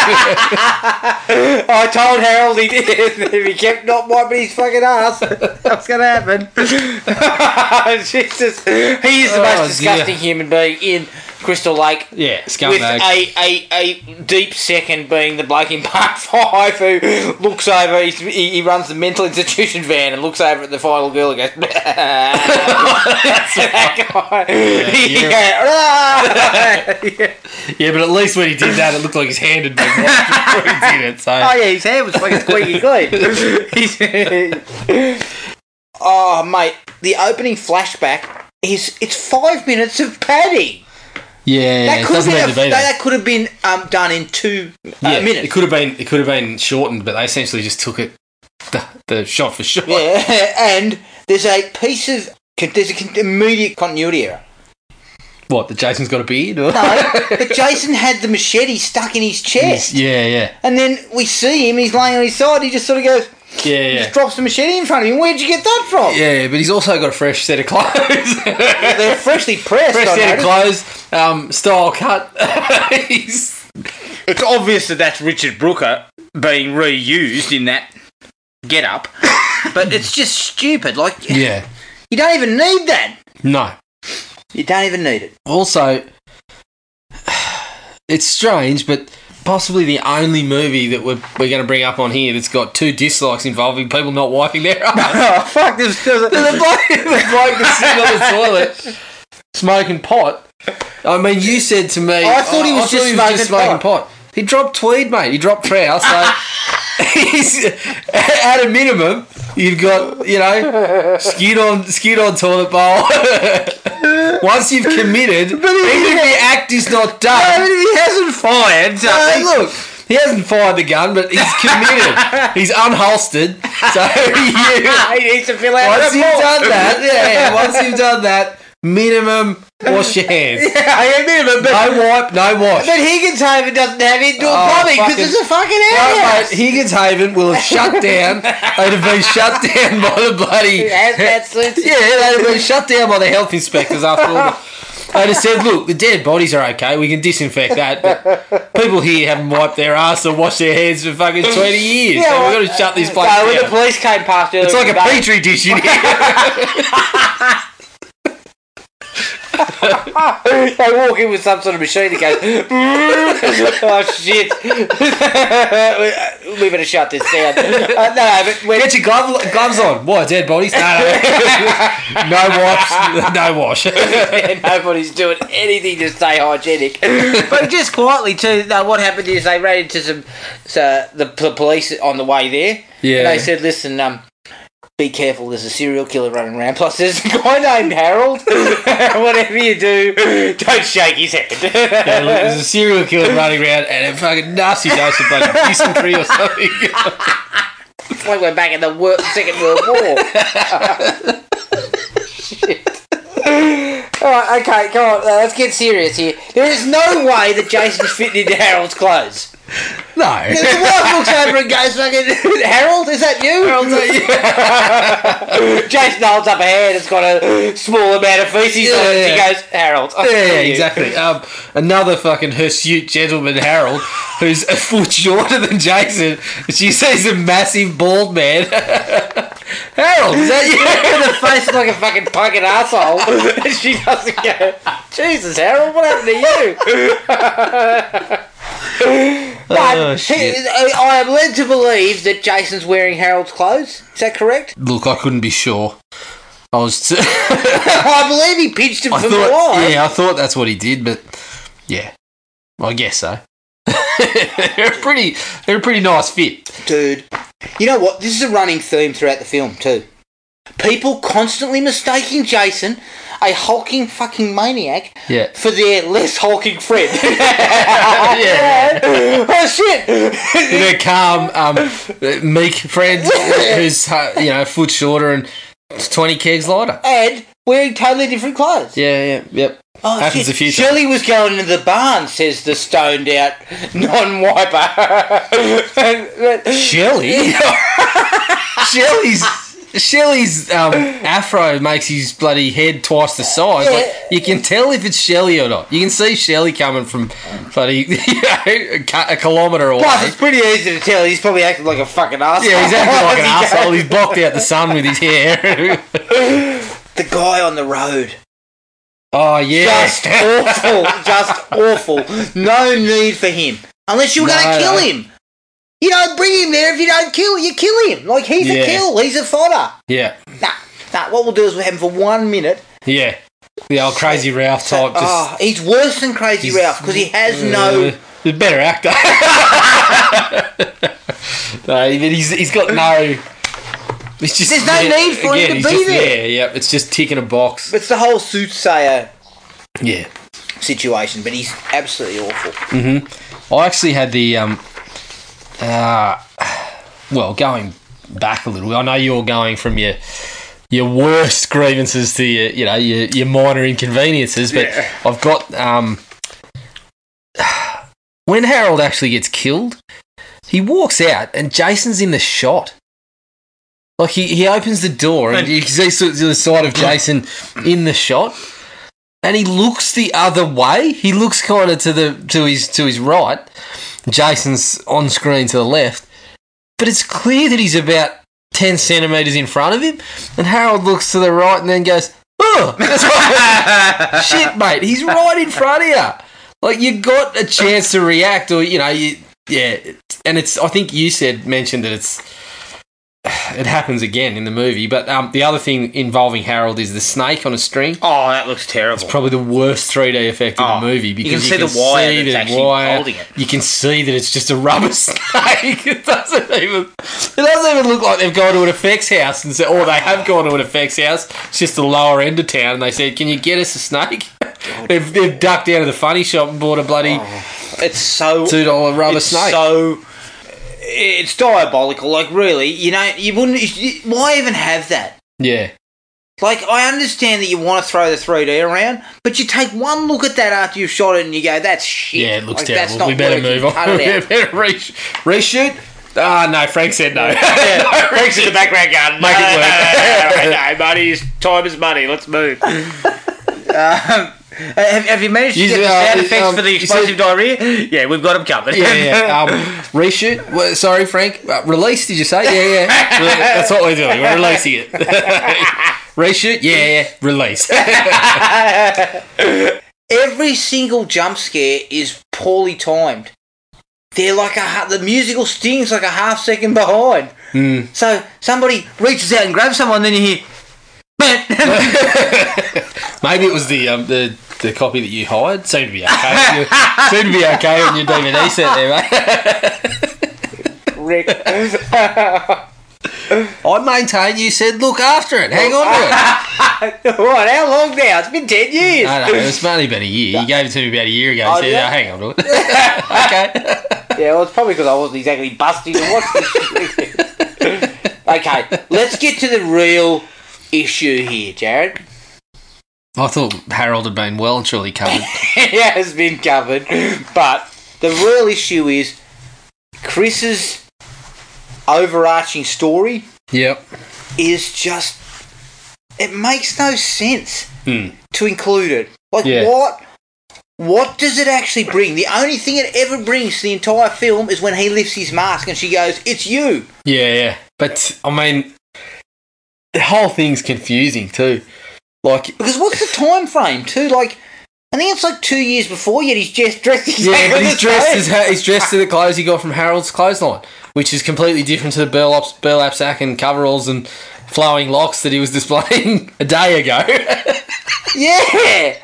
Speaker 2: I told Harold he did. if he kept not wiping his fucking ass, that's gonna happen. oh, Jesus, he is the
Speaker 3: Oh,
Speaker 2: most disgusting
Speaker 3: dear.
Speaker 2: human being in Crystal Lake.
Speaker 3: yeah,
Speaker 2: With
Speaker 3: scumbag.
Speaker 2: a, a, a deep second being the bloke in part five who looks over, he's, he, he runs the mental institution van and looks over at the final girl and goes, that guy. He
Speaker 3: you're-
Speaker 2: goes, "Ah."
Speaker 3: yeah, but at least when he did that, it looked like his hand had been washed before he did it. So.
Speaker 2: Oh yeah, his hair was fucking squeaky clean. oh mate, the opening flashback is it's five minutes of padding.
Speaker 3: Yeah,
Speaker 2: That
Speaker 3: it
Speaker 2: could have been
Speaker 3: doesn't need
Speaker 2: a,
Speaker 3: to be
Speaker 2: that,
Speaker 3: there.
Speaker 2: that could have been um, done in two uh,
Speaker 3: yeah,
Speaker 2: minutes.
Speaker 3: It could have been it could have been shortened, but they essentially just took it the, the shot for shot.
Speaker 2: yeah, and there's a piece of con- there's a con- immediate continuity error.
Speaker 3: What the Jason's got a beard? Or?
Speaker 2: No, but Jason had the machete stuck in his chest,
Speaker 3: Yeah, yeah,
Speaker 2: and then we see him. He's laying on his side. He just sort of goes,
Speaker 3: yeah,
Speaker 2: just
Speaker 3: yeah.
Speaker 2: drops the machete in front of him. Where'd you get that from?
Speaker 3: Yeah, but he's also got a fresh set of clothes. fresh
Speaker 2: They're freshly pressed. I
Speaker 3: set of
Speaker 2: noticed.
Speaker 3: clothes, um, style cut. He's-
Speaker 2: It's obvious that that's Richard Brooker being reused in that get up, but it's just stupid. Like,
Speaker 3: yeah,
Speaker 2: you don't even need that.
Speaker 3: no.
Speaker 2: You don't even need it.
Speaker 3: Also, it's strange, but possibly the only movie that we're, we're going to bring up on here that's got two dislikes involving people not wiping their ass.
Speaker 2: Oh, fuck, this does
Speaker 3: the bloke, the bloke that's sitting on the toilet smoking pot. I mean, you said to me,
Speaker 2: I thought he was just smoking
Speaker 3: pot. He dropped tweed, mate. He dropped trout. So, he's, at a minimum, you've got you know skid on skid on toilet bowl. Once you've committed, even if the act is not done,
Speaker 2: he hasn't fired.
Speaker 3: no, look, he hasn't fired the gun, but he's committed. he's unholstered. So you,
Speaker 2: he needs to fill out
Speaker 3: once
Speaker 2: the
Speaker 3: you've
Speaker 2: report.
Speaker 3: done that, yeah, once you've done that, minimum wash your hands.
Speaker 2: Yeah, I mean, but, but,
Speaker 3: No wipe, no wash.
Speaker 2: but Higginshaven doesn't have indoor
Speaker 3: Oh,
Speaker 2: plumbing because it's
Speaker 3: fucking-
Speaker 2: a fucking
Speaker 3: No, mate,
Speaker 2: outhouse.
Speaker 3: Higgins Haven will have shut down. They'd have been shut down by the bloody.
Speaker 2: That- that's-
Speaker 3: yeah, they'd have been shut down by the health inspectors after all. the- They'd have said, look, the dead bodies are okay. We can disinfect that. But people here haven't wiped their ass or washed their hands for fucking 20 years.
Speaker 2: Yeah,
Speaker 3: so
Speaker 2: well,
Speaker 3: we've got to shut this place
Speaker 2: No, when the
Speaker 3: down.
Speaker 2: police came past earlier
Speaker 3: It's like a
Speaker 2: today-
Speaker 3: petri dish in here.
Speaker 2: They walk in with some sort of machine that goes, oh shit. we better shut this down. Uh, no, but when,
Speaker 3: Get your glove, gloves on. What, dead bodies? No, no. no wipes, no wash.
Speaker 2: nobody's doing anything to stay hygienic. but just quietly, too, no, what happened is they ran into some so the, the police on the way there. And
Speaker 3: Yeah.
Speaker 2: they said, listen, um, be careful, there's a serial killer running around. Plus, there's a guy named Harold. Whatever you do, don't shake his hand.
Speaker 3: Yeah, look, there's a serial killer running around and a fucking nasty dose of like dysentery or something.
Speaker 2: It's like we're back in the wor- Second World War. Shit. All right, okay, come on. uh, let's get serious here. There is no way that Jason's fitting into Harold's clothes. The
Speaker 3: No.
Speaker 2: wife looks over and goes, "Fucking Harold, is that you?" Jason holds up a hand. It's got a small amount of feces
Speaker 3: Yeah,
Speaker 2: on it.
Speaker 3: yeah.
Speaker 2: She goes, "Harold." I
Speaker 3: Yeah,
Speaker 2: feel you."
Speaker 3: exactly. Um, another fucking hirsute gentleman, Harold, who's a foot shorter than Jason. She sees a massive bald man. Harold, is that you?
Speaker 2: With a face like a fucking pumpkin asshole, and she doesn't go. Jesus, Harold, what happened to you? But
Speaker 3: Oh, shit.
Speaker 2: he- I I am led to believe that Jason's wearing Harold's clothes. Is that correct?
Speaker 3: Look, I couldn't be sure. I was. T-
Speaker 2: I believe he pinched him
Speaker 3: I
Speaker 2: from
Speaker 3: thought.
Speaker 2: the line.
Speaker 3: Yeah, I thought that's what he did, but yeah, I guess so. they're a pretty. They're a pretty nice fit.
Speaker 2: Dude, you know what? This is a running theme throughout the film too. People constantly mistaking Jason, a hulking fucking maniac,
Speaker 3: Yeah.
Speaker 2: for their less hulking friend.
Speaker 3: Yeah.
Speaker 2: oh shit!
Speaker 3: you know, calm, um, meek friend who's uh, you know a foot shorter and twenty kegs lighter.
Speaker 2: and wearing totally different clothes.
Speaker 3: Yeah, yeah, yep.
Speaker 2: Oh,
Speaker 3: Happens a few times.
Speaker 2: Shirley was going into the barn, says the stoned out non wiper.
Speaker 3: Shelly, Shelly's. Shelly's um, afro makes his bloody head twice the size. Like,
Speaker 2: Yeah.
Speaker 3: you can tell if it's Shelly or not. You can see Shelly coming from bloody you know, a, ki- a kilometre away.
Speaker 2: Plus, it's pretty easy to tell he's probably acting like a fucking asshole.
Speaker 3: Yeah, he's acting like an asshole. He's blocked out the sun with his hair.
Speaker 2: The guy on the road.
Speaker 3: oh yeah,
Speaker 2: Just awful. Just awful. No need for him. Unless you were going
Speaker 3: No,
Speaker 2: to kill
Speaker 3: no.
Speaker 2: him. You don't bring him there if you don't kill. You kill him. Like, he's
Speaker 3: Yeah.
Speaker 2: a kill. He's a fodder.
Speaker 3: yeah,
Speaker 2: Nah, nah. What we'll do is we'll have him for one minute.
Speaker 3: yeah. The old crazy Ralph type. Just
Speaker 2: oh, he's worse than Crazy
Speaker 3: He's-
Speaker 2: Ralph because he has no.
Speaker 3: Uh, he's a better actor. no, but he's, he's got no. It's just,
Speaker 2: There's no need for him to
Speaker 3: he's
Speaker 2: be
Speaker 3: just-
Speaker 2: there.
Speaker 3: Yeah, yeah, it's just ticking a box.
Speaker 2: It's the whole soothsayer
Speaker 3: Yeah,
Speaker 2: situation, but he's absolutely awful.
Speaker 3: I actually had the um, uh, well, going back a little. I know you're going from your your worst grievances to your you know your, your minor inconveniences, but I've got um, when Harold actually gets killed, he walks out and Jason's in the shot. Like he, he opens the door and you can see sort of the side of Jason in the shot, and he looks the other way. He looks kind of to the to his to his right. Jason's on screen to the left, but it's clear that he's about ten centimeters in front of him. And Harold looks to the right and then goes, "Oh, that's right. shit, mate! He's right in front of you. Like you got a chance to react, or you know, you yeah." And it's I think you said mentioned that it's it happens again in the movie. But um, the other thing involving Harold is the snake on a string
Speaker 2: Oh, that looks terrible.
Speaker 3: probably the worst 3D effect in
Speaker 2: Oh,
Speaker 3: the movie
Speaker 2: you can
Speaker 3: because
Speaker 2: see the wire that's actually
Speaker 3: wire.
Speaker 2: holding it.
Speaker 3: You can see that it's just a rubber snake. It doesn't even it doesn't even look like they've gone to an effects house and said, or they have gone to an effects house. It's just the lower end of town, and they said, "Can you get us a snake?" they've, they've ducked out of the funny shop and bought a bloody
Speaker 2: It's so
Speaker 3: two dollar rubber
Speaker 2: Oh. it's
Speaker 3: snake.
Speaker 2: so it's diabolical. Like really, you know, you wouldn't. You, why even have that?
Speaker 3: yeah,
Speaker 2: Like, I understand that you want to throw the 3D around, but you take one look at that after you've shot it and you go, that's shit.
Speaker 3: Yeah, it
Speaker 2: Like,
Speaker 3: looks terrible. we better
Speaker 2: working.
Speaker 3: move on.
Speaker 2: Cut
Speaker 3: we
Speaker 2: it out.
Speaker 3: better re- reshoot. Ah, no, Frank said no.
Speaker 6: Frank's in the background going,
Speaker 3: Make it work.
Speaker 6: no, no, no, money's, time is money, let's move.
Speaker 2: Uh, have, have you managed to
Speaker 3: You
Speaker 2: get the
Speaker 3: said, uh,
Speaker 2: sound
Speaker 3: it-
Speaker 2: effects
Speaker 3: um,
Speaker 2: for the
Speaker 3: you said-
Speaker 2: explosive diarrhea? Yeah, we've got them covered.
Speaker 3: yeah, yeah. Um, reshoot. Well, sorry, Frank. Uh, release? Did you say? Yeah, yeah. Re- That's what we're doing. We're releasing it. reshoot. Yeah, yeah. Release.
Speaker 2: Every single jump scare is poorly timed. They're like a ha- the musical stings like a half second behind.
Speaker 3: Hmm.
Speaker 2: So somebody reaches out and grabs someone, then you hear. "Bah!"
Speaker 3: Maybe it was the um, the the copy that you hired. Seemed to be okay. You- seemed to be okay on your DVD set there, mate. I maintain you said look after it. Hang on to it.
Speaker 2: what? How long now? It's been ten years.
Speaker 3: I know, it's only about a year. You gave it to me about a year ago.
Speaker 2: Oh,
Speaker 3: so
Speaker 2: yeah?
Speaker 3: yeah. hang on to it. okay.
Speaker 2: Yeah, well, it's probably because I wasn't exactly busting to watch this shit. okay, let's get to the real issue here, Jared.
Speaker 3: I thought Harold had been well and truly covered.
Speaker 2: it has been covered, but the real issue is Chris's overarching story
Speaker 3: yep.
Speaker 2: is just it makes no sense
Speaker 3: Hmm.
Speaker 2: to include it. Like
Speaker 3: Yeah.
Speaker 2: what what does it actually bring? The only thing it ever brings to the entire film is when he lifts his mask and she goes, "It's you."
Speaker 3: Yeah, yeah. But, I mean, the whole thing's confusing too. Like,
Speaker 2: Because what's the time frame too? Like, I think it's like two years before. Yet he's just dressed exactly
Speaker 3: yeah, but
Speaker 2: the
Speaker 3: he's dressed,
Speaker 2: same.
Speaker 3: as, ha- he's dressed to the clothes he got from Harold's clothesline, which is completely different to the burlap, burlap sack and coveralls and flowing locks that he was displaying a day ago.
Speaker 2: yeah.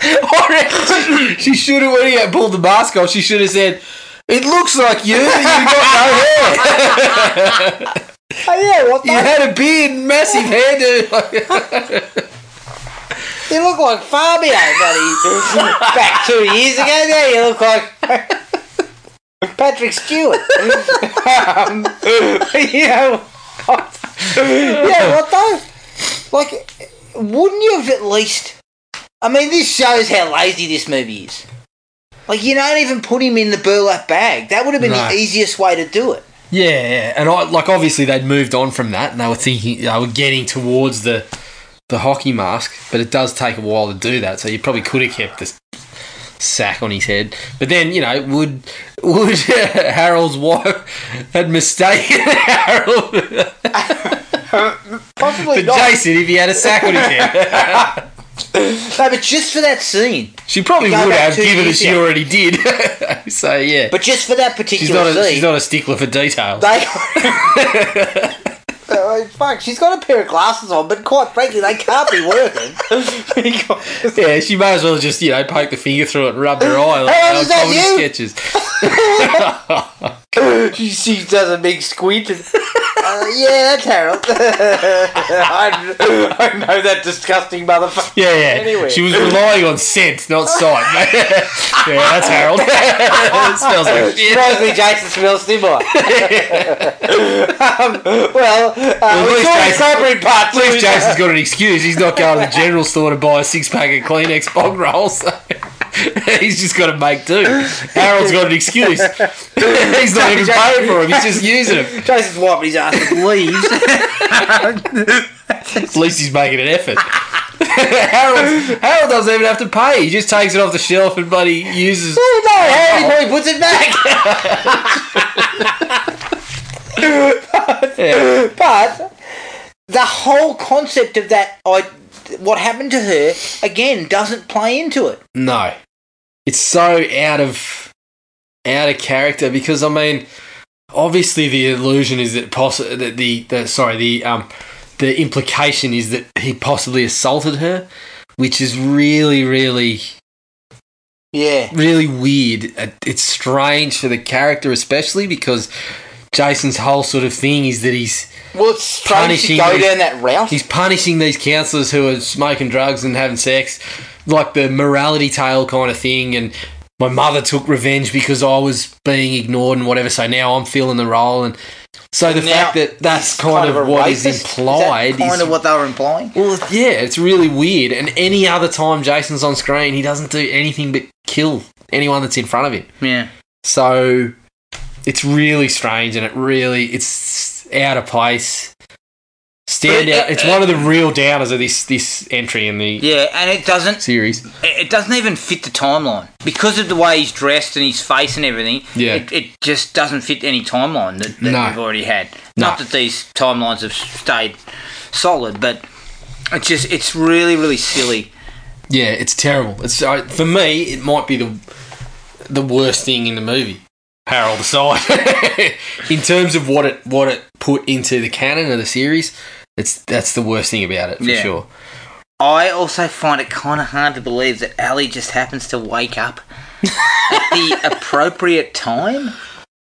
Speaker 3: Or she should have, when he had pulled the mask off, she should have said, It looks like you, but you've got no hair.
Speaker 2: Oh, yeah. What?
Speaker 3: You
Speaker 2: the-
Speaker 3: had a beard, and massive hairdo.
Speaker 2: You look like Fabio, buddy. Back two years ago, now you look like Patrick Stewart. um, you know, yeah, what though? Like, wouldn't you have at least? I mean, this shows how lazy this movie is. Like, you don't even put him in the burlap bag. That would have been
Speaker 3: No.
Speaker 2: the easiest way to do it.
Speaker 3: yeah, yeah. And I, like, obviously, they'd moved on from that and they were thinking, they were getting towards the the hockey mask, but it does take a while to do that, so you probably could have kept this sack on his head. But then, you know, would would Harold's wife had mistaken Harold
Speaker 2: Possibly
Speaker 3: for
Speaker 2: not.
Speaker 3: Jason if he had a sack on his head?
Speaker 2: No, but just for that scene.
Speaker 3: She probably
Speaker 2: Go
Speaker 3: would
Speaker 2: back
Speaker 3: have,
Speaker 2: two
Speaker 3: given
Speaker 2: years,
Speaker 3: that she
Speaker 2: yeah.
Speaker 3: already did. so yeah,
Speaker 2: But just for that
Speaker 3: she's
Speaker 2: particular
Speaker 3: not a,
Speaker 2: scene.
Speaker 3: she's not a stickler for details.
Speaker 2: They. Oh, Fuck, she's got a pair of glasses on, but quite frankly, they can't be working. Because-
Speaker 3: Yeah, she may as well just you know poke the finger through it and rub her eye like
Speaker 2: Harold,
Speaker 3: our
Speaker 2: is that
Speaker 3: comedy
Speaker 2: you?
Speaker 3: sketches.
Speaker 2: she, she does a big squint. And, uh, yeah, that's Harold. I, I know that disgusting motherfucker.
Speaker 3: Yeah, yeah.
Speaker 2: Anyway.
Speaker 3: She was relying on scent, not sight. mate. yeah, that's Harold. it smells like shit.
Speaker 2: Supposedly, Jason smells similar. um, well, uh,
Speaker 3: at
Speaker 2: we
Speaker 3: least
Speaker 2: saw the
Speaker 3: Jason-
Speaker 2: crap in part
Speaker 3: At least
Speaker 2: two.
Speaker 3: Jason's got an excuse. He's not going to the general store to buy a six pack of Kleenex bog rolls. So he's just got to make do. Harold's got an excuse. he's not even paying for them. He's just using them.
Speaker 2: Jason's wiping his ass with leaves.
Speaker 3: At least he's making an effort. Harold, Harold doesn't even have to pay. He just takes it off the shelf and bloody uses.
Speaker 2: Oh, no, Harry probably puts it back.
Speaker 3: Yeah.
Speaker 2: But the whole concept of that, I, what happened to her, again, doesn't play into it.
Speaker 3: No, it's so out of out of character because I mean, obviously the illusion is that possi- that the, the sorry the um the implication is that he possibly assaulted her, which is really really
Speaker 2: Yeah.
Speaker 3: really weird. Uh, It's strange for the character, especially because Jason's whole sort of thing is that he's
Speaker 2: Well, it's strange to
Speaker 3: Punishing
Speaker 2: go
Speaker 3: is-
Speaker 2: down that route.
Speaker 3: He's punishing these counselors who are smoking drugs and having sex, like the morality tale kind of thing. And my mother took revenge because I was being ignored and whatever. So now I'm feeling the role, and So the
Speaker 2: Now,
Speaker 3: fact that that's
Speaker 2: he's
Speaker 3: kind, of,
Speaker 2: a
Speaker 3: what
Speaker 2: racist?
Speaker 3: is
Speaker 2: that
Speaker 3: implied
Speaker 2: kind
Speaker 3: is
Speaker 2: of what they were implying.
Speaker 3: well, yeah, it's really weird. And any other time Jason's on screen, he doesn't do anything but kill anyone that's in front of him.
Speaker 2: Yeah.
Speaker 3: So it's really strange, and it really it's out of place. Stand out. It's one of the real downers of this this entry in the
Speaker 2: Yeah, and it doesn't
Speaker 3: series.
Speaker 2: it it doesn't even fit the timeline because of the way he's dressed and his face and everything.
Speaker 3: Yeah.
Speaker 2: it, it just doesn't fit any timeline that, that
Speaker 3: No.
Speaker 2: we've already had.
Speaker 3: No.
Speaker 2: Not that these timelines have stayed solid, but it's just it's really really silly.
Speaker 3: Yeah, it's terrible. It's uh, for me, it might be the the worst thing in the movie. Harold aside, in terms of what it what it put into the canon of the series, it's that's the worst thing about it for
Speaker 2: Yeah.
Speaker 3: sure.
Speaker 2: I also find it kind of hard to believe that Ali just happens to wake up at the appropriate time.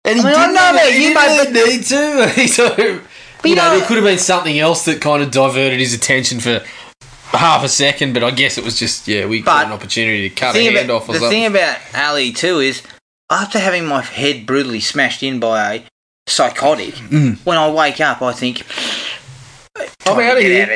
Speaker 3: And
Speaker 2: I mean, I know that you
Speaker 3: need to. so, you
Speaker 2: you
Speaker 3: know,
Speaker 2: know-
Speaker 3: there could have been something else that kind of diverted his attention for half a second, but I guess it was just yeah, we got
Speaker 2: But
Speaker 3: an opportunity to cut a
Speaker 2: Thing
Speaker 3: hand
Speaker 2: about,
Speaker 3: off or
Speaker 2: the
Speaker 3: something.
Speaker 2: thing about Ali too is after having my head brutally smashed in by a psychotic,
Speaker 3: Mm.
Speaker 2: when I wake up, I think
Speaker 3: I'm out of here.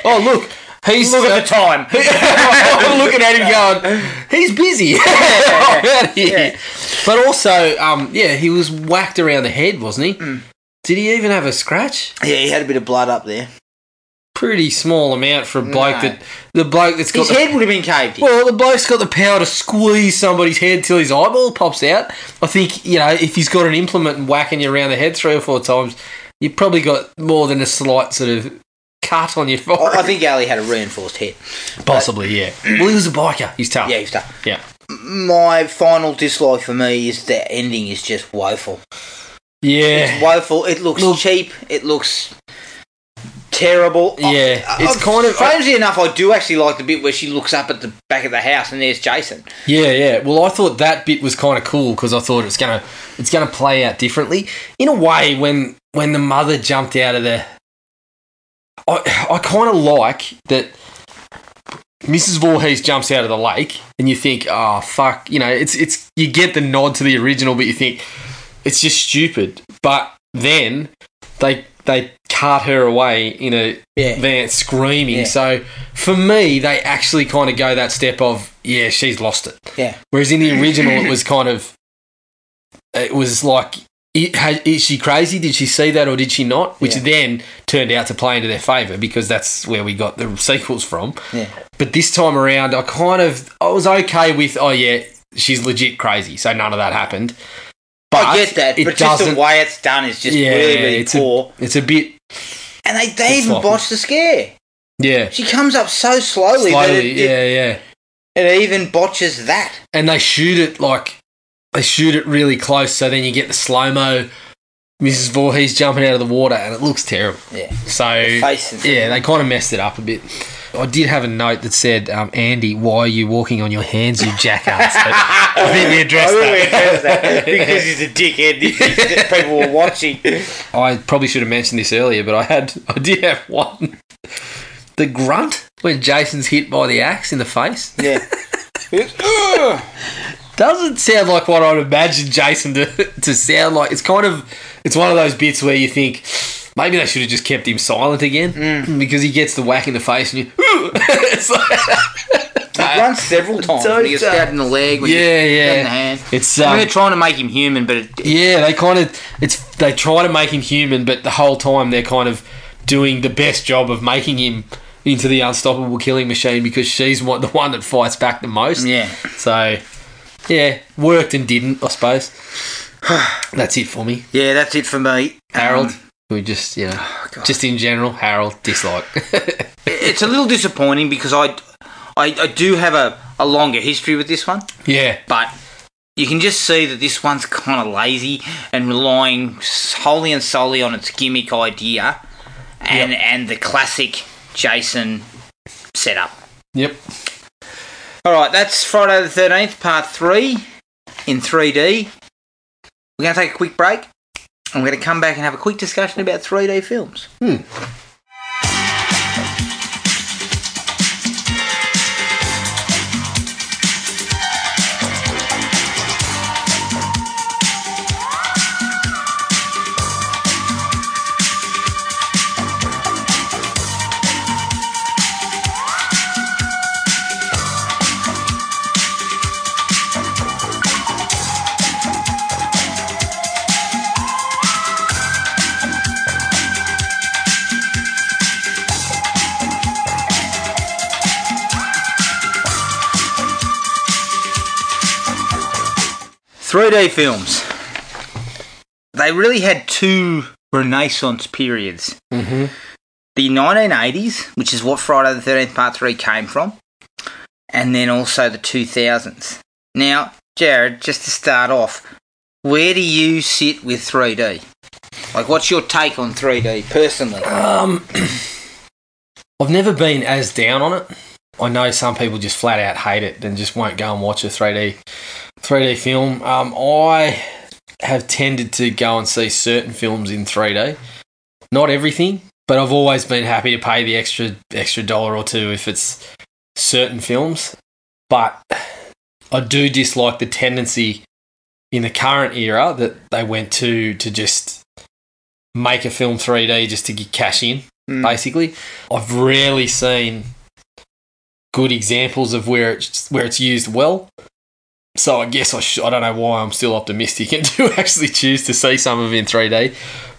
Speaker 3: oh look, he's
Speaker 6: Look at the time.
Speaker 3: I'm looking at him going, he's busy. I'm outta here.
Speaker 2: Yeah.
Speaker 3: But also, um, yeah, he was whacked around the head, wasn't he?
Speaker 2: Mm.
Speaker 3: Did he even have a scratch?
Speaker 2: Yeah, he had a bit of blood up there.
Speaker 3: Pretty small amount for a
Speaker 2: No.
Speaker 3: bloke that the bloke that's
Speaker 2: His
Speaker 3: got the,
Speaker 2: head would have been caved in.
Speaker 3: Well, the bloke's got the power to squeeze somebody's head till his eyeball pops out. I think, you know, if he's got an implement and whacking you around the head three or four times, you've probably got more than a slight sort of cut on your forehead.
Speaker 2: I I think Ali had a reinforced head.
Speaker 3: Possibly, yeah. Well, he was a biker. He's tough.
Speaker 2: Yeah, he's tough.
Speaker 3: Yeah.
Speaker 2: My final dislike for me is the ending is just woeful.
Speaker 3: Yeah.
Speaker 2: It's woeful. It looks
Speaker 3: Look-
Speaker 2: cheap. It looks terrible. I-
Speaker 3: Yeah,
Speaker 2: I-
Speaker 3: it's
Speaker 2: I-
Speaker 3: kind of- uh,
Speaker 2: strangely enough. I do actually like the bit where she looks up at the back of the house and there's Jason.
Speaker 3: Yeah, yeah. Well, I thought that bit was kind of cool because I thought it's gonna it's gonna play out differently in a way. When when the mother jumped out of the, I I kind of like that. Mrs. Voorhees jumps out of the lake, and you think, "Oh fuck," you know. It's it's you get the nod to the original, but you think it's just stupid. But then they they cart her away in a
Speaker 2: Yeah.
Speaker 3: van screaming.
Speaker 2: Yeah.
Speaker 3: So for me, they actually kind of go that step of, "Yeah, she's lost it."
Speaker 2: Yeah.
Speaker 3: Whereas in the original, it was kind of, it was like, i- ha- is she crazy? Did she see that or did she not? Which
Speaker 2: Yeah.
Speaker 3: then turned out to play into their favour because that's where we got the sequels from.
Speaker 2: Yeah.
Speaker 3: But this time around, I kind of, I was okay with, oh yeah, she's legit crazy. So none of that happened. But
Speaker 2: I get that,
Speaker 3: it
Speaker 2: but just
Speaker 3: doesn't.
Speaker 2: the way it's done is just
Speaker 3: yeah,
Speaker 2: really, really
Speaker 3: it's
Speaker 2: poor.
Speaker 3: A, it's a bit,
Speaker 2: and they, they
Speaker 3: it's
Speaker 2: even
Speaker 3: sloppy.
Speaker 2: botched the scare.
Speaker 3: yeah,
Speaker 2: She comes up so slowly, that
Speaker 3: slowly,
Speaker 2: it,
Speaker 3: yeah,
Speaker 2: it,
Speaker 3: yeah.
Speaker 2: it even botches that.
Speaker 3: and they shoot it like they shoot it really close. So then you get the slow mo, Mrs. Voorhees jumping out of the water, and it looks terrible.
Speaker 2: Yeah.
Speaker 3: So
Speaker 2: face and-
Speaker 3: yeah, they kind of messed it up a bit. I did have a note that said, um, "Andy, why are you walking on your hands, you jackass?" But I think we addressed
Speaker 2: I really
Speaker 3: that.
Speaker 2: addressed that because he's a dickhead. that People were watching.
Speaker 3: I probably should have mentioned this earlier, but I had I did have one. The grunt when Jason's hit by the axe in the face
Speaker 2: Yeah.
Speaker 3: doesn't sound like what I'd imagine Jason to, to sound like. It's kind of it's one of those bits where you think maybe they should have just kept him silent again
Speaker 2: Mm.
Speaker 3: because he gets the whack in the face and you. it's like,
Speaker 2: He runs several times.
Speaker 3: Don't
Speaker 2: When he gets
Speaker 3: that.
Speaker 2: stabbed in the leg. When he
Speaker 3: Uh, Tota. Yeah,
Speaker 2: gets stabbed
Speaker 3: yeah.
Speaker 2: In the hand.
Speaker 3: It's,
Speaker 2: I mean,
Speaker 3: um,
Speaker 2: they're trying to make him human, but it,
Speaker 3: yeah, they kind of it's they try to make him human, but the whole time they're kind of doing the best job of making him into the unstoppable killing machine because she's one, the one that fights back the most.
Speaker 2: yeah.
Speaker 3: So yeah, worked and didn't, I suppose. That's it for me.
Speaker 2: Yeah, that's it for me.
Speaker 3: Harold.
Speaker 2: Um,
Speaker 3: we just you know
Speaker 2: God.
Speaker 3: just in general, Harold dislike.
Speaker 2: it's a little disappointing because I, I, I do have a, a longer history with this one,
Speaker 3: yeah.
Speaker 2: but you can just see that this one's kind of lazy and relying wholly and solely on its gimmick idea and, and the classic Jason setup.
Speaker 3: Yep.
Speaker 2: All right, that's Friday the thirteenth, part three, in three D. We're going to take a quick break, and we're going to come back and have a quick discussion about three D films. 3D films. They really had two Renaissance periods.
Speaker 3: Mm-hmm.
Speaker 2: The 1980s, which is what Friday the 13th Part 3 came from, and then also the 2000s. Now, Jared, just to start off, where do you sit with 3D? Like, what's your take on 3D personally?
Speaker 3: Um, I've never been as down on it. I know some people just flat out hate it and just won't go and watch a 3D 3D film. Um, I have tended to go and see certain films in 3D. Not everything, but I've always been happy to pay the extra extra dollar or two if it's certain films. But I do dislike the tendency in the current era that they went to to just make a film 3D just to get cash in basically. I've rarely seen good examples of where it's where it's used well. So I guess I sh- I don't know why I'm still optimistic and do actually choose to see some of it in 3D.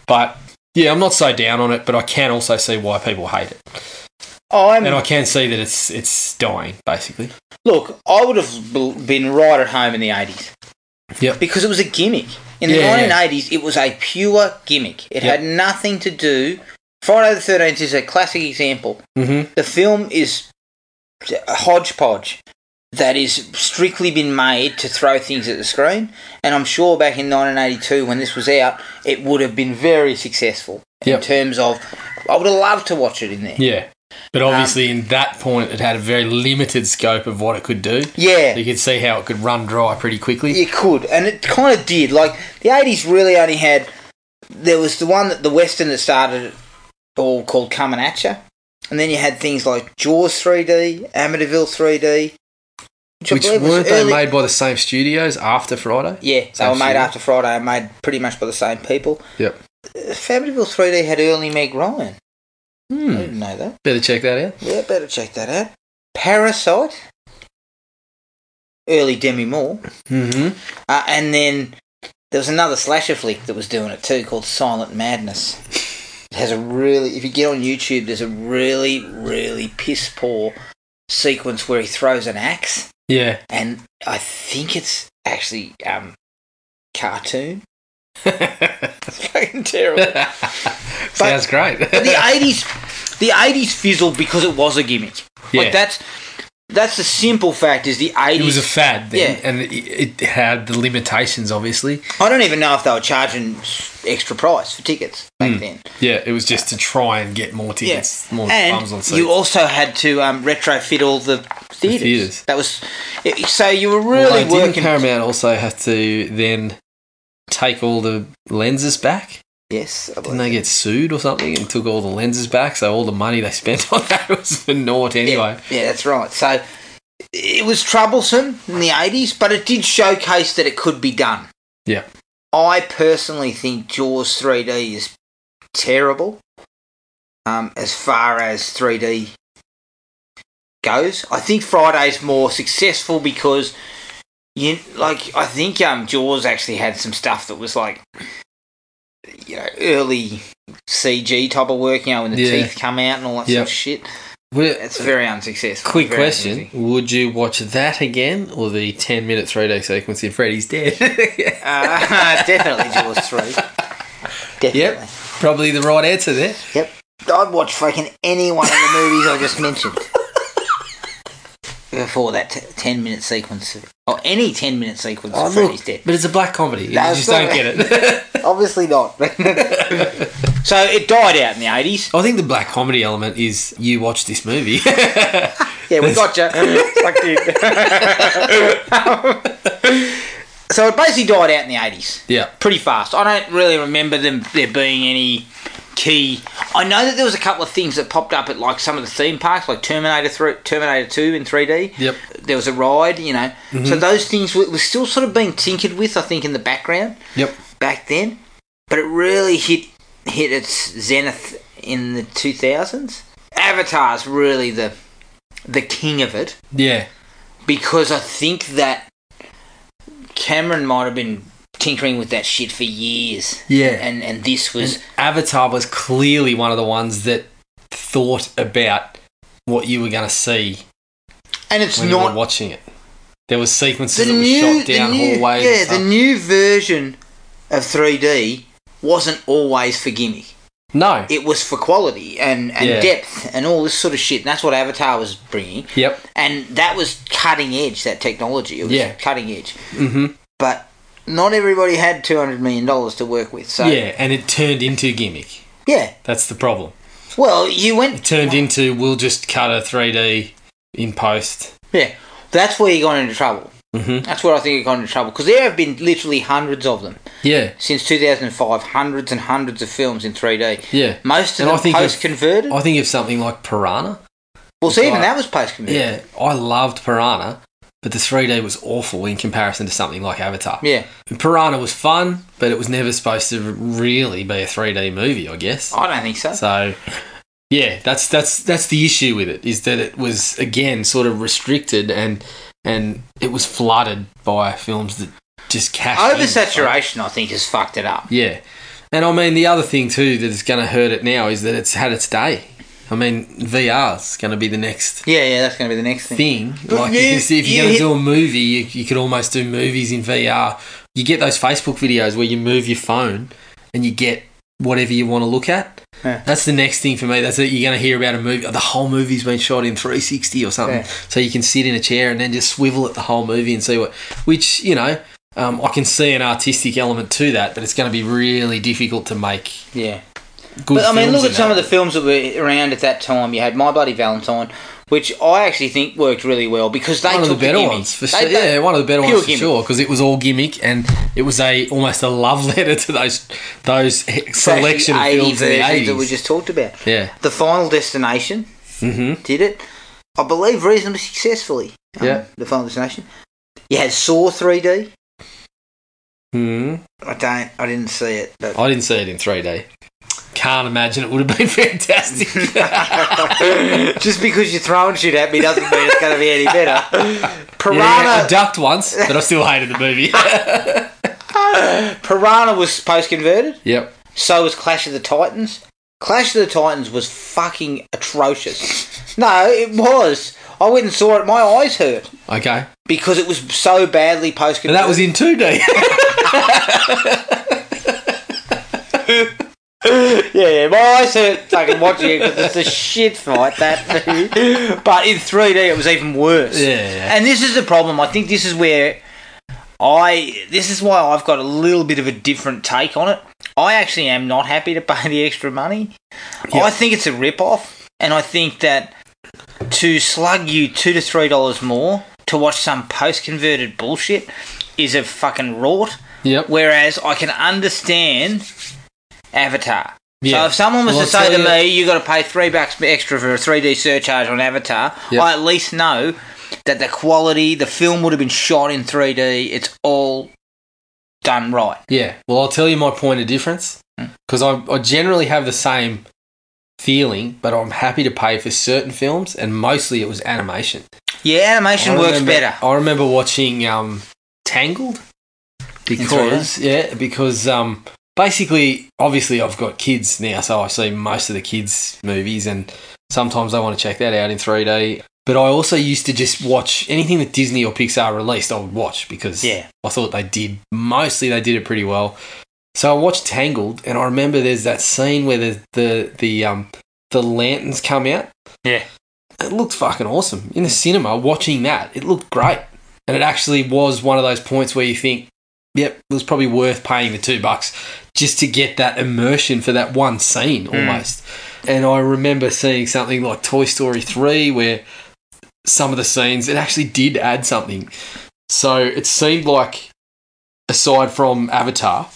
Speaker 3: But yeah, I'm not so down on it, but I can also see why people hate it,
Speaker 2: I'm,
Speaker 3: and I can see that it's it's dying basically.
Speaker 2: look, I would have bl- been right at home in the 80s.
Speaker 3: Yep.
Speaker 2: Because it was a gimmick. In the
Speaker 3: Yeah, yeah.
Speaker 2: 1980s, it was a pure gimmick. It
Speaker 3: Yep.
Speaker 2: had nothing to do. Friday the 13th is a classic example.
Speaker 3: Mm-hmm.
Speaker 2: The film is a hodgepodge that is strictly been made to throw things at the screen. And I'm sure back in 1982, when this was out, it would have been very successful in
Speaker 3: Yep.
Speaker 2: terms of. I would have loved to watch it in there.
Speaker 3: Yeah. But obviously, in that point, it had a very limited scope of what it could do.
Speaker 2: Yeah.
Speaker 3: You could see how it could run dry pretty quickly.
Speaker 2: It could, and it kind of did. Like the eighties really only had. There was the one that the western that started it all called Coming At Ya, and then you had things like Jaws 3D, Amityville 3D, I
Speaker 3: Which
Speaker 2: believe was
Speaker 3: weren't they
Speaker 2: early-
Speaker 3: made by the same studios after Friday?
Speaker 2: Yeah, they
Speaker 3: Same
Speaker 2: were made
Speaker 3: studio?
Speaker 2: after Friday and made pretty much by the same people.
Speaker 3: Yep.
Speaker 2: Uh, Amityville 3D had early Meg Ryan. I
Speaker 3: Hmm.
Speaker 2: didn't know that.
Speaker 3: Better check that out.
Speaker 2: Yeah, better check that out. Parasite, early Demi Moore.
Speaker 3: Mm-hmm.
Speaker 2: Uh, and then there was another slasher flick that was doing it too called Silent Madness. It has a really, if you get on YouTube, there's a really, really piss poor sequence where he throws an axe,
Speaker 3: Yeah.
Speaker 2: and I think it's actually um, cartoon. It's fucking terrible.
Speaker 3: Sounds great.
Speaker 2: But the eighties, the eighties fizzled because it was a gimmick.
Speaker 3: Yeah.
Speaker 2: Like that's that's the simple fact is the
Speaker 3: it was a
Speaker 2: eighties.
Speaker 3: fad then,
Speaker 2: Yeah.
Speaker 3: and it, it had the limitations, obviously.
Speaker 2: I I don't even know if they were charging s- extra price for tickets back
Speaker 3: Hmm.
Speaker 2: then.
Speaker 3: Yeah, it was just to try and get more tickets, more bums on
Speaker 2: and
Speaker 3: seats.
Speaker 2: you also had to um, retrofit all the theaters.
Speaker 3: theatres.
Speaker 2: That was it- so you were
Speaker 3: Although,
Speaker 2: really
Speaker 3: didn't
Speaker 2: working.
Speaker 3: Paramount also have to then take all the lenses back?
Speaker 2: yes, I
Speaker 3: Didn't
Speaker 2: believe.
Speaker 3: they get sued or something and took all the lenses back? So all the money they spent on that was for naught anyway.
Speaker 2: yeah, yeah, that's right. So it was troublesome in the eighties, but it did showcase that it could be done.
Speaker 3: Yeah.
Speaker 2: I personally think Jaws 3D is terrible. Um, as far as 3D goes, I think Friday's more successful because you like I think um Jaws actually had some stuff that was like you know early CG type of work, you know, when the
Speaker 3: Yeah.
Speaker 2: teeth come out and all that sort
Speaker 3: Yep.
Speaker 2: of shit.
Speaker 3: Well,
Speaker 2: It's very unsuccessful.
Speaker 3: Quick
Speaker 2: Very
Speaker 3: question:
Speaker 2: uneasy.
Speaker 3: Would you watch that again, or the ten-minute three-day sequence in Freddy's Dead?
Speaker 2: Uh, definitely Jaws 3. Definitely.
Speaker 3: Yep, probably the right answer there.
Speaker 2: Yep. I'd watch fucking any one of the movies I just mentioned. Before that t- 10 minute sequence. Of, or any 10 minute sequence of Freddy's Dead.
Speaker 3: but it's a black comedy. You
Speaker 2: That's
Speaker 3: just don't
Speaker 2: not-
Speaker 3: get it.
Speaker 2: Obviously not. so it died out in the 80s.
Speaker 3: I think the black comedy element is you watch this movie.
Speaker 2: Yeah, we got you. so it basically died out in the 80s.
Speaker 3: yeah,
Speaker 2: pretty fast. I don't really remember them there being any key. I know that there was a couple of things that popped up at like some of the theme parks, like Terminator three, Terminator two in three D.
Speaker 3: Yep.
Speaker 2: There was a ride, you know. So those things were, were still sort of being tinkered with, I think, in the background
Speaker 3: yep.
Speaker 2: back then. But it really hit hit its zenith in the two thousands. Avatar's really the the king of it
Speaker 3: Yeah,
Speaker 2: because I think that Cameron might have been tinkering with that shit for years.
Speaker 3: Yeah.
Speaker 2: And and this was
Speaker 3: Avatar was clearly one of the ones that thought about what you were going to see
Speaker 2: and it's
Speaker 3: when you were
Speaker 2: not
Speaker 3: watching it. There was sequences that were shot down
Speaker 2: new,
Speaker 3: hallways.
Speaker 2: Yeah,
Speaker 3: and stuff.
Speaker 2: the new version of 3D wasn't always for gimme.
Speaker 3: no.
Speaker 2: It was for quality and, and
Speaker 3: Yeah.
Speaker 2: depth and all this sort of shit. And that's what Avatar was bringing.
Speaker 3: yep.
Speaker 2: And that was cutting edge, that technology. It was
Speaker 3: Yeah.
Speaker 2: cutting edge.
Speaker 3: hmm
Speaker 2: Mm-hmm. But not everybody had $200 million to work with. So,
Speaker 3: yeah, and it turned into a gimmick.
Speaker 2: yeah.
Speaker 3: That's the problem.
Speaker 2: Well, you went
Speaker 3: It turned into we'll just cut a 3D in post.
Speaker 2: Yeah, that's where he got into trouble.
Speaker 3: Mhm.
Speaker 2: That's where I think he got into trouble because there have been literally hundreds of them
Speaker 3: Yeah,
Speaker 2: since 2005. Hundreds and hundreds of films in 3D.
Speaker 3: yeah.
Speaker 2: Most of
Speaker 3: And I
Speaker 2: them
Speaker 3: think if-
Speaker 2: post converted.
Speaker 3: I think of something like Piranha.
Speaker 2: Well, see, even
Speaker 3: like-
Speaker 2: that was post converted.
Speaker 3: Yeah, I loved Piranha, but the 3D was awful in comparison to something like Avatar.
Speaker 2: Yeah.
Speaker 3: Piranha was fun, but it was never supposed to really be a 3D movie, I guess.
Speaker 2: I don't think so.
Speaker 3: So, yeah, that's that's that's the issue with it is that it was again sort of restricted and and it was flooded by films that just cashed in.
Speaker 2: Oversaturation, I think, has fucked it up.
Speaker 3: Yeah. And I mean, the other thing too that is going to hurt it now is that it's had its day. I mean, VR's going to be the next
Speaker 2: Yeah, yeah, that's going to be the next thing.
Speaker 3: thing.
Speaker 2: But
Speaker 3: Like,
Speaker 2: you-
Speaker 3: you can see if
Speaker 2: you
Speaker 3: you're going
Speaker 2: hit-
Speaker 3: to do a movie, you, you could almost do movies in VR. You get those Facebook videos where you move your phone and you get whatever you want to look at.
Speaker 2: Yeah.
Speaker 3: That's the next thing for me. That's it. You're going to hear about a movie. The whole movie's been shot in 360 or something.
Speaker 2: Yeah.
Speaker 3: So you can sit in a chair and then just swivel at the whole movie and see what. Which you know, um, I can see an artistic element to that, but it's going to be really difficult to make
Speaker 2: Yeah.
Speaker 3: good.
Speaker 2: But I mean,
Speaker 3: films
Speaker 2: look
Speaker 3: in
Speaker 2: at some
Speaker 3: that.
Speaker 2: of the films that were around at that time. You had My Bloody Valentine, which I actually think worked really well because they
Speaker 3: one of
Speaker 2: took
Speaker 3: the better
Speaker 2: gimmick.
Speaker 3: ones for
Speaker 2: They-
Speaker 3: sure.
Speaker 2: they-
Speaker 3: Yeah, one of the better
Speaker 2: pure
Speaker 3: ones for
Speaker 2: gimmick.
Speaker 3: sure because it was all gimmick and it was a almost a love letter to those those he- selection of
Speaker 2: 80
Speaker 3: films in the
Speaker 2: versions that we
Speaker 3: eighties.
Speaker 2: just talked about.
Speaker 3: Yeah,
Speaker 2: The Final Destination
Speaker 3: mm-hmm.
Speaker 2: did it, I believe, reasonably successfully. Um,
Speaker 3: Yeah.
Speaker 2: The Final Destination. You had Saw 3D.
Speaker 3: hmm
Speaker 2: I don't. I didn't see it, but
Speaker 3: I didn't see it in three D. Can't imagine it would have been fantastic.
Speaker 2: just because you're throwing shit at me doesn't mean it's going to be any better.
Speaker 3: yeah, I
Speaker 2: Piranha.
Speaker 3: ducked once, but I still hated the movie.
Speaker 2: Piranha was post converted.
Speaker 3: yep.
Speaker 2: So was Clash of the Titans. Clash of the Titans was fucking atrocious. No, it was. I went and saw it. My eyes hurt
Speaker 3: Okay.
Speaker 2: because it was so badly post
Speaker 3: And
Speaker 2: converted.
Speaker 3: that was in two D.
Speaker 2: Yeah, yeah, my eyes hurt fucking watching it because it's a shit fight, that movie. But in 3D, it was even worse.
Speaker 3: yeah.
Speaker 2: And this is the problem. I think this is where I. This is why I've got a little bit of a different take on it. I actually am not happy to pay the extra money. I think it's a rip off, and I think that to slug you two to three dollars more to watch some post converted bullshit is a fucking rort.
Speaker 3: Yep.
Speaker 2: Whereas I can understand Avatar. So
Speaker 3: Yeah.
Speaker 2: if someone was
Speaker 3: Well,
Speaker 2: to
Speaker 3: I'll
Speaker 2: say to
Speaker 3: tell you-
Speaker 2: me, "You got to pay three bucks extra for a three D surcharge on Avatar,"
Speaker 3: Yep.
Speaker 2: I at least know that the quality, the film would have been shot in three D. It's all done right.
Speaker 3: Yeah. Well, I'll tell you my point of difference
Speaker 2: Hmm.
Speaker 3: because I, I generally have the same feeling, but I'm happy to pay for certain films, and mostly it was animation.
Speaker 2: Yeah, animation
Speaker 3: I
Speaker 2: works
Speaker 3: remember-
Speaker 2: better.
Speaker 3: I remember watching um, Tangled because yeah, because um, basically, obviously, I've got kids now, so I see most of the kids' movies, and sometimes I want to check that out in 3D. But I also used to just watch anything that Disney or Pixar released. I would watch because
Speaker 2: Yeah.
Speaker 3: I thought they did mostly they did it pretty well. So I watched Tangled, and I remember there's that scene where the the the um the lanterns come out.
Speaker 2: Yeah.
Speaker 3: it looked fucking awesome in the cinema. Watching that, it looked great, and it actually was one of those points where you think, "Yep, it was probably worth paying the two bucks just to get that immersion for that one scene
Speaker 2: Hmm.
Speaker 3: almost." And I remember seeing something like Toy Story three where some of the scenes it actually did add something. So it seemed like, aside from Avatar,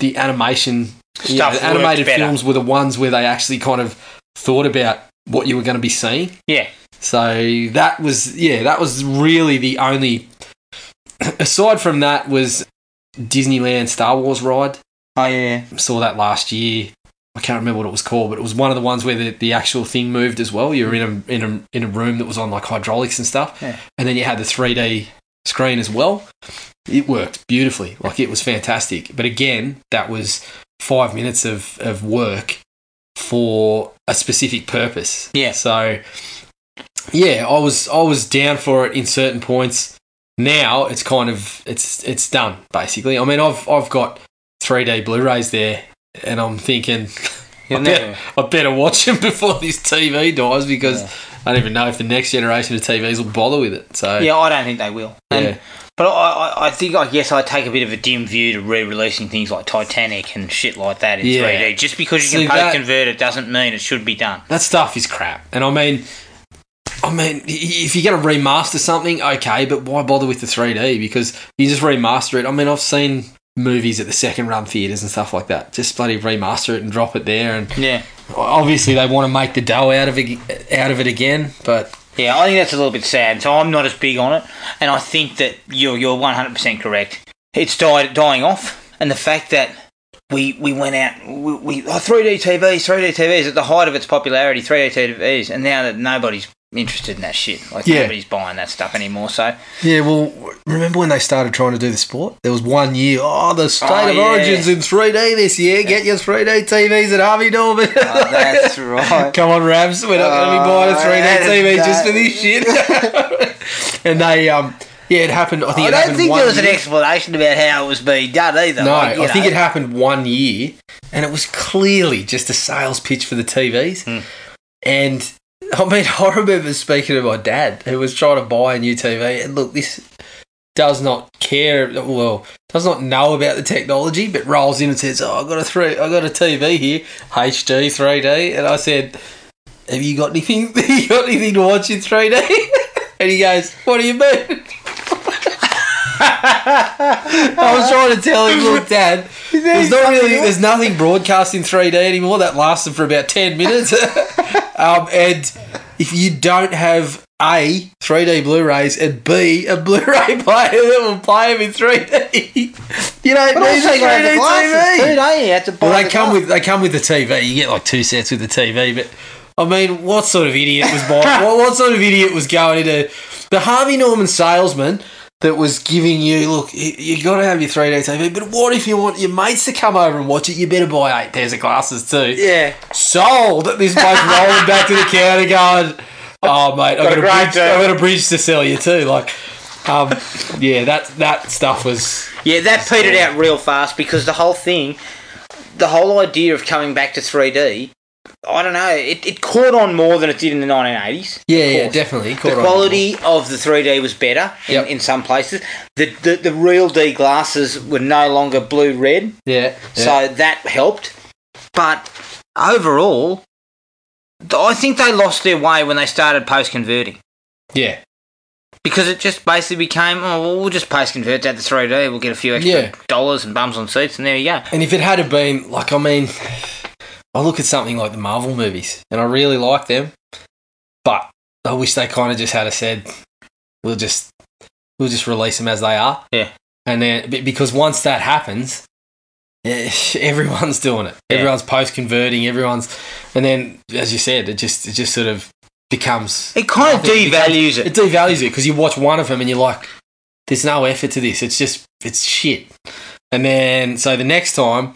Speaker 3: the animation you know,
Speaker 2: Stuff
Speaker 3: the
Speaker 2: worked
Speaker 3: animated
Speaker 2: better.
Speaker 3: films were the ones where they actually kind of thought about what you were going to be seeing.
Speaker 2: Yeah,
Speaker 3: So that was yeah, that was really the only. Aside from that, was Disneyland Star Wars ride.
Speaker 2: oh yeah,
Speaker 3: Saw that last year. I can't remember what it was called, but it was one of the ones where the, the actual thing moved as well. You were in a in a in a room that was on like hydraulics and stuff,
Speaker 2: Yeah.
Speaker 3: and then you had the three D screen as well. It worked beautifully, like it was fantastic. But again, that was five minutes of of work for a specific purpose.
Speaker 2: Yeah.
Speaker 3: So yeah, I was I was down for it in certain points. now it's kind of it's it's done basically. I mean, I've I've got 3D Blu-rays there, and I'm thinking. I
Speaker 2: You'll
Speaker 3: better,
Speaker 2: never-
Speaker 3: I better watch them before this TV dies because I don't even know if the next generation of TVs will bother with it. So
Speaker 2: Yeah, I don't think they will. And,
Speaker 3: Yeah.
Speaker 2: But I, I, I think, I guess, I take a bit of a dim view to re-releasing things like Titanic and shit like that in
Speaker 3: Yeah.
Speaker 2: 3D. Just because you
Speaker 3: See,
Speaker 2: can
Speaker 3: that-
Speaker 2: post-convert it doesn't mean it should be done.
Speaker 3: that stuff is crap. And I mean, I mean, i- if you're going to remaster something, okay, but why bother with the 3D? Because you just remaster it. I mean, I've seen movies at the second run theaters and stuff like that. Just bloody remaster it and drop it there. And
Speaker 2: Yeah.
Speaker 3: obviously, they want to make the dough out of it, out of it again. But
Speaker 2: Yeah, I think that's a little bit sad. So I'm not as big on it, and I think that you're you're 100% correct. It's died dying off, and the fact that we we went out we, we oh, 3D TVs, 3D TVs at the height of its popularity, 3D TVs, and now that nobody's interested in that shit, like
Speaker 3: Yeah.
Speaker 2: nobody's buying that stuff anymore. So
Speaker 3: yeah, well, remember when they started trying to do the sport? There was one year. Oh, the state
Speaker 2: Oh,
Speaker 3: of
Speaker 2: yeah.
Speaker 3: origins in 3D this year. Get your 3D TVs at Harvey Norman.
Speaker 2: Oh, that's right.
Speaker 3: Come on, Rabs. We're not going to be buying a
Speaker 2: Oh,
Speaker 3: 3D
Speaker 2: that's that-
Speaker 3: TV just for this shit. and they, um, yeah, it happened. I think
Speaker 2: I
Speaker 3: it
Speaker 2: don't
Speaker 3: happened
Speaker 2: think
Speaker 3: one
Speaker 2: there was an
Speaker 3: year.
Speaker 2: explanation about how it was being done either.
Speaker 3: No,
Speaker 2: like, you
Speaker 3: I think
Speaker 2: know.
Speaker 3: it happened one year, and it was clearly just a sales pitch for the TVs.
Speaker 2: Hmm.
Speaker 3: And I mean, I remember speaking to my dad, who was trying to buy a new TV, and look, this does not care. Well, does not know about the technology, but rolls in and says, "Oh, I got a three, I got a TV here, HD, 3D," and I said. Have you got anything? you got anything to watch in 3D? And he goes, "What do you mean?" I was trying to tell him, look, Dad, there's not really, there's nothing broadcast in 3D anymore. That lasted for about 10 minutes. um, and if you don't have A, 3D Blu-rays, and B, a Blu-ray player that will play them in 3D, you don't
Speaker 2: But
Speaker 3: need
Speaker 2: also
Speaker 3: a
Speaker 2: you gotta have
Speaker 3: 3D
Speaker 2: the glasses
Speaker 3: TV.
Speaker 2: too, don't you? You have to buy
Speaker 3: Well, they
Speaker 2: the
Speaker 3: come
Speaker 2: glasses.
Speaker 3: with they come with the TV. You get like two sets with the TV, but I mean, what sort of idiot was buying? what, what sort of idiot was going into the Harvey Norman salesman that was giving you look? You, you got to have your three D TV, but what if you want your mates to come over and watch it? You better buy eight pairs of glasses too.
Speaker 2: yeah.
Speaker 3: Sold. This bloke rolling back to the counter, going, "Oh mate, I've
Speaker 6: a
Speaker 3: got, a
Speaker 6: great
Speaker 3: bridge.
Speaker 2: uh,
Speaker 6: deal."
Speaker 3: I've got a bridge to sell you too." Like, um, yeah, that that stuff was.
Speaker 2: Yeah, that petered out real fast because the whole thing, the whole idea of coming back to 3D, I don't know, it, it caught on more than it did in the 1980s.
Speaker 3: Yeah,
Speaker 2: Of
Speaker 3: yeah,
Speaker 2: course.
Speaker 3: definitely.
Speaker 2: The quality of the 3D was better in,
Speaker 3: Yep.
Speaker 2: in some places. The, the the real D glasses were no longer blue red,
Speaker 3: Yeah. yeah.
Speaker 2: so that helped. But overall, th- I think they lost their way when they started post converting.
Speaker 3: yeah.
Speaker 2: Because it just basically became, oh, well, we'll just post convert that to 3D, we'll get a few extra
Speaker 3: Yeah.
Speaker 2: dollars and bums on seats, and there you go.
Speaker 3: And if it had have been like, I mean, I look at something like the Marvel movies, and I really like them, but I wish they kind of just had a said, we'll just we'll just release them as they are.
Speaker 2: Yeah.
Speaker 3: And then be- because once that happens, eh, everyone's doing it.
Speaker 2: Yeah.
Speaker 3: Everyone's post converting. Everyone's, and then as you said, it just it just sort of becomes
Speaker 2: It kind of
Speaker 3: Nothing
Speaker 2: devalues
Speaker 3: it
Speaker 2: it.
Speaker 3: devalues it because you watch one of them and you're like, there's no effort to this. It's just, it's shit. And then, so the next time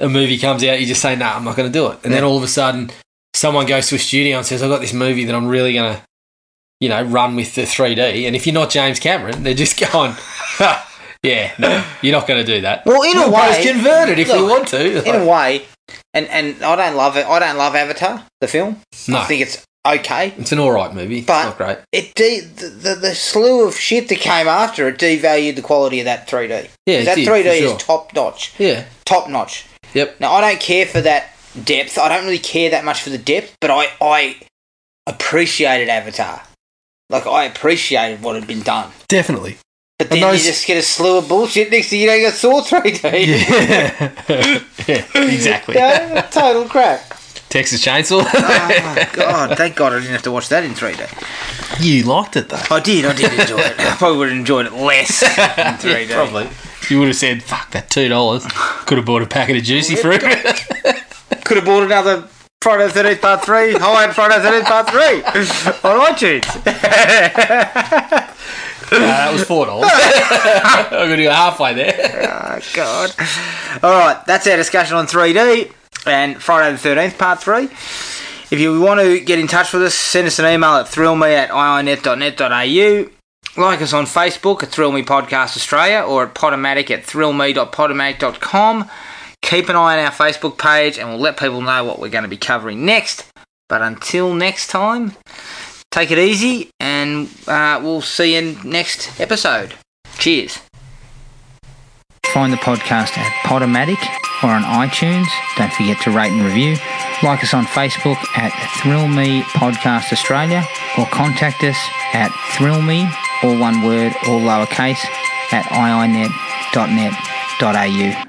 Speaker 3: a movie comes out, you just say, nah, I'm not going to do it. And then all of a sudden, someone goes to a studio and says, I've got this movie that I'm really going to, you know, run with the 3D. And if you're not James Cameron, they're just going, "Ha, yeah, no, you're not going to do that.
Speaker 2: Well, in a way,
Speaker 3: Just convert it if we
Speaker 2: look,
Speaker 3: want to.
Speaker 2: in a
Speaker 3: Like,
Speaker 2: way, and and I don't love it. I don't love Avatar the film.
Speaker 3: no,
Speaker 2: I think it's okay.
Speaker 3: it's an all right movie.
Speaker 2: But-
Speaker 3: it's not great.
Speaker 2: It de- the, the the slew of shit that came after it devalued the quality of that 3D.
Speaker 3: Yeah, it
Speaker 2: that
Speaker 3: did,
Speaker 2: 3D
Speaker 3: for sure.
Speaker 2: is top notch.
Speaker 3: Yeah.
Speaker 2: Top notch.
Speaker 3: Yep.
Speaker 2: Now I don't care for that depth. I don't really care that much for the depth, but I I appreciated Avatar. Like I appreciated what had been done.
Speaker 3: Definitely.
Speaker 2: But
Speaker 3: And
Speaker 2: then
Speaker 3: those-
Speaker 2: you just get a slew of bullshit next thing you know you got Saw 3D.
Speaker 3: Yeah. yeah, exactly.
Speaker 2: Yeah, total crap.
Speaker 3: Texas Chainsaw.
Speaker 2: Oh my god, thank god I didn't have to watch that in 3D.
Speaker 3: you liked it though.
Speaker 2: I did, I did enjoy it. I probably would have enjoyed it less in 3D.
Speaker 3: Probably. You would have said, "Fuck that two dollars." Could have bought a packet of juicy fruit.
Speaker 2: Could have bought another Friday the 13th Part 3, Hawaiian Friday the 13th Part 3 on iTunes.
Speaker 3: that was four dollars. I'm gonna go halfway there.
Speaker 2: oh god. Alright, that's our discussion on 3D and Friday the 13th Part 3. If you want to get in touch with us, send us an email at thrillme at iinet.net.au. Like us on Facebook at Thrill Me Podcast Australia or at Podomatic at thrillme.podomatic.com. Keep an eye on our Facebook page and we'll let people know what we're going to be covering next. But until next time, take it easy and uh, we'll see you next episode. Cheers. Find the podcast at Podomatic or on iTunes. Don't forget to rate and review. Like us on Facebook at Thrill Me Podcast Australia or contact us at Thrill Me, all one word, all lowercase, at iinet.net.au.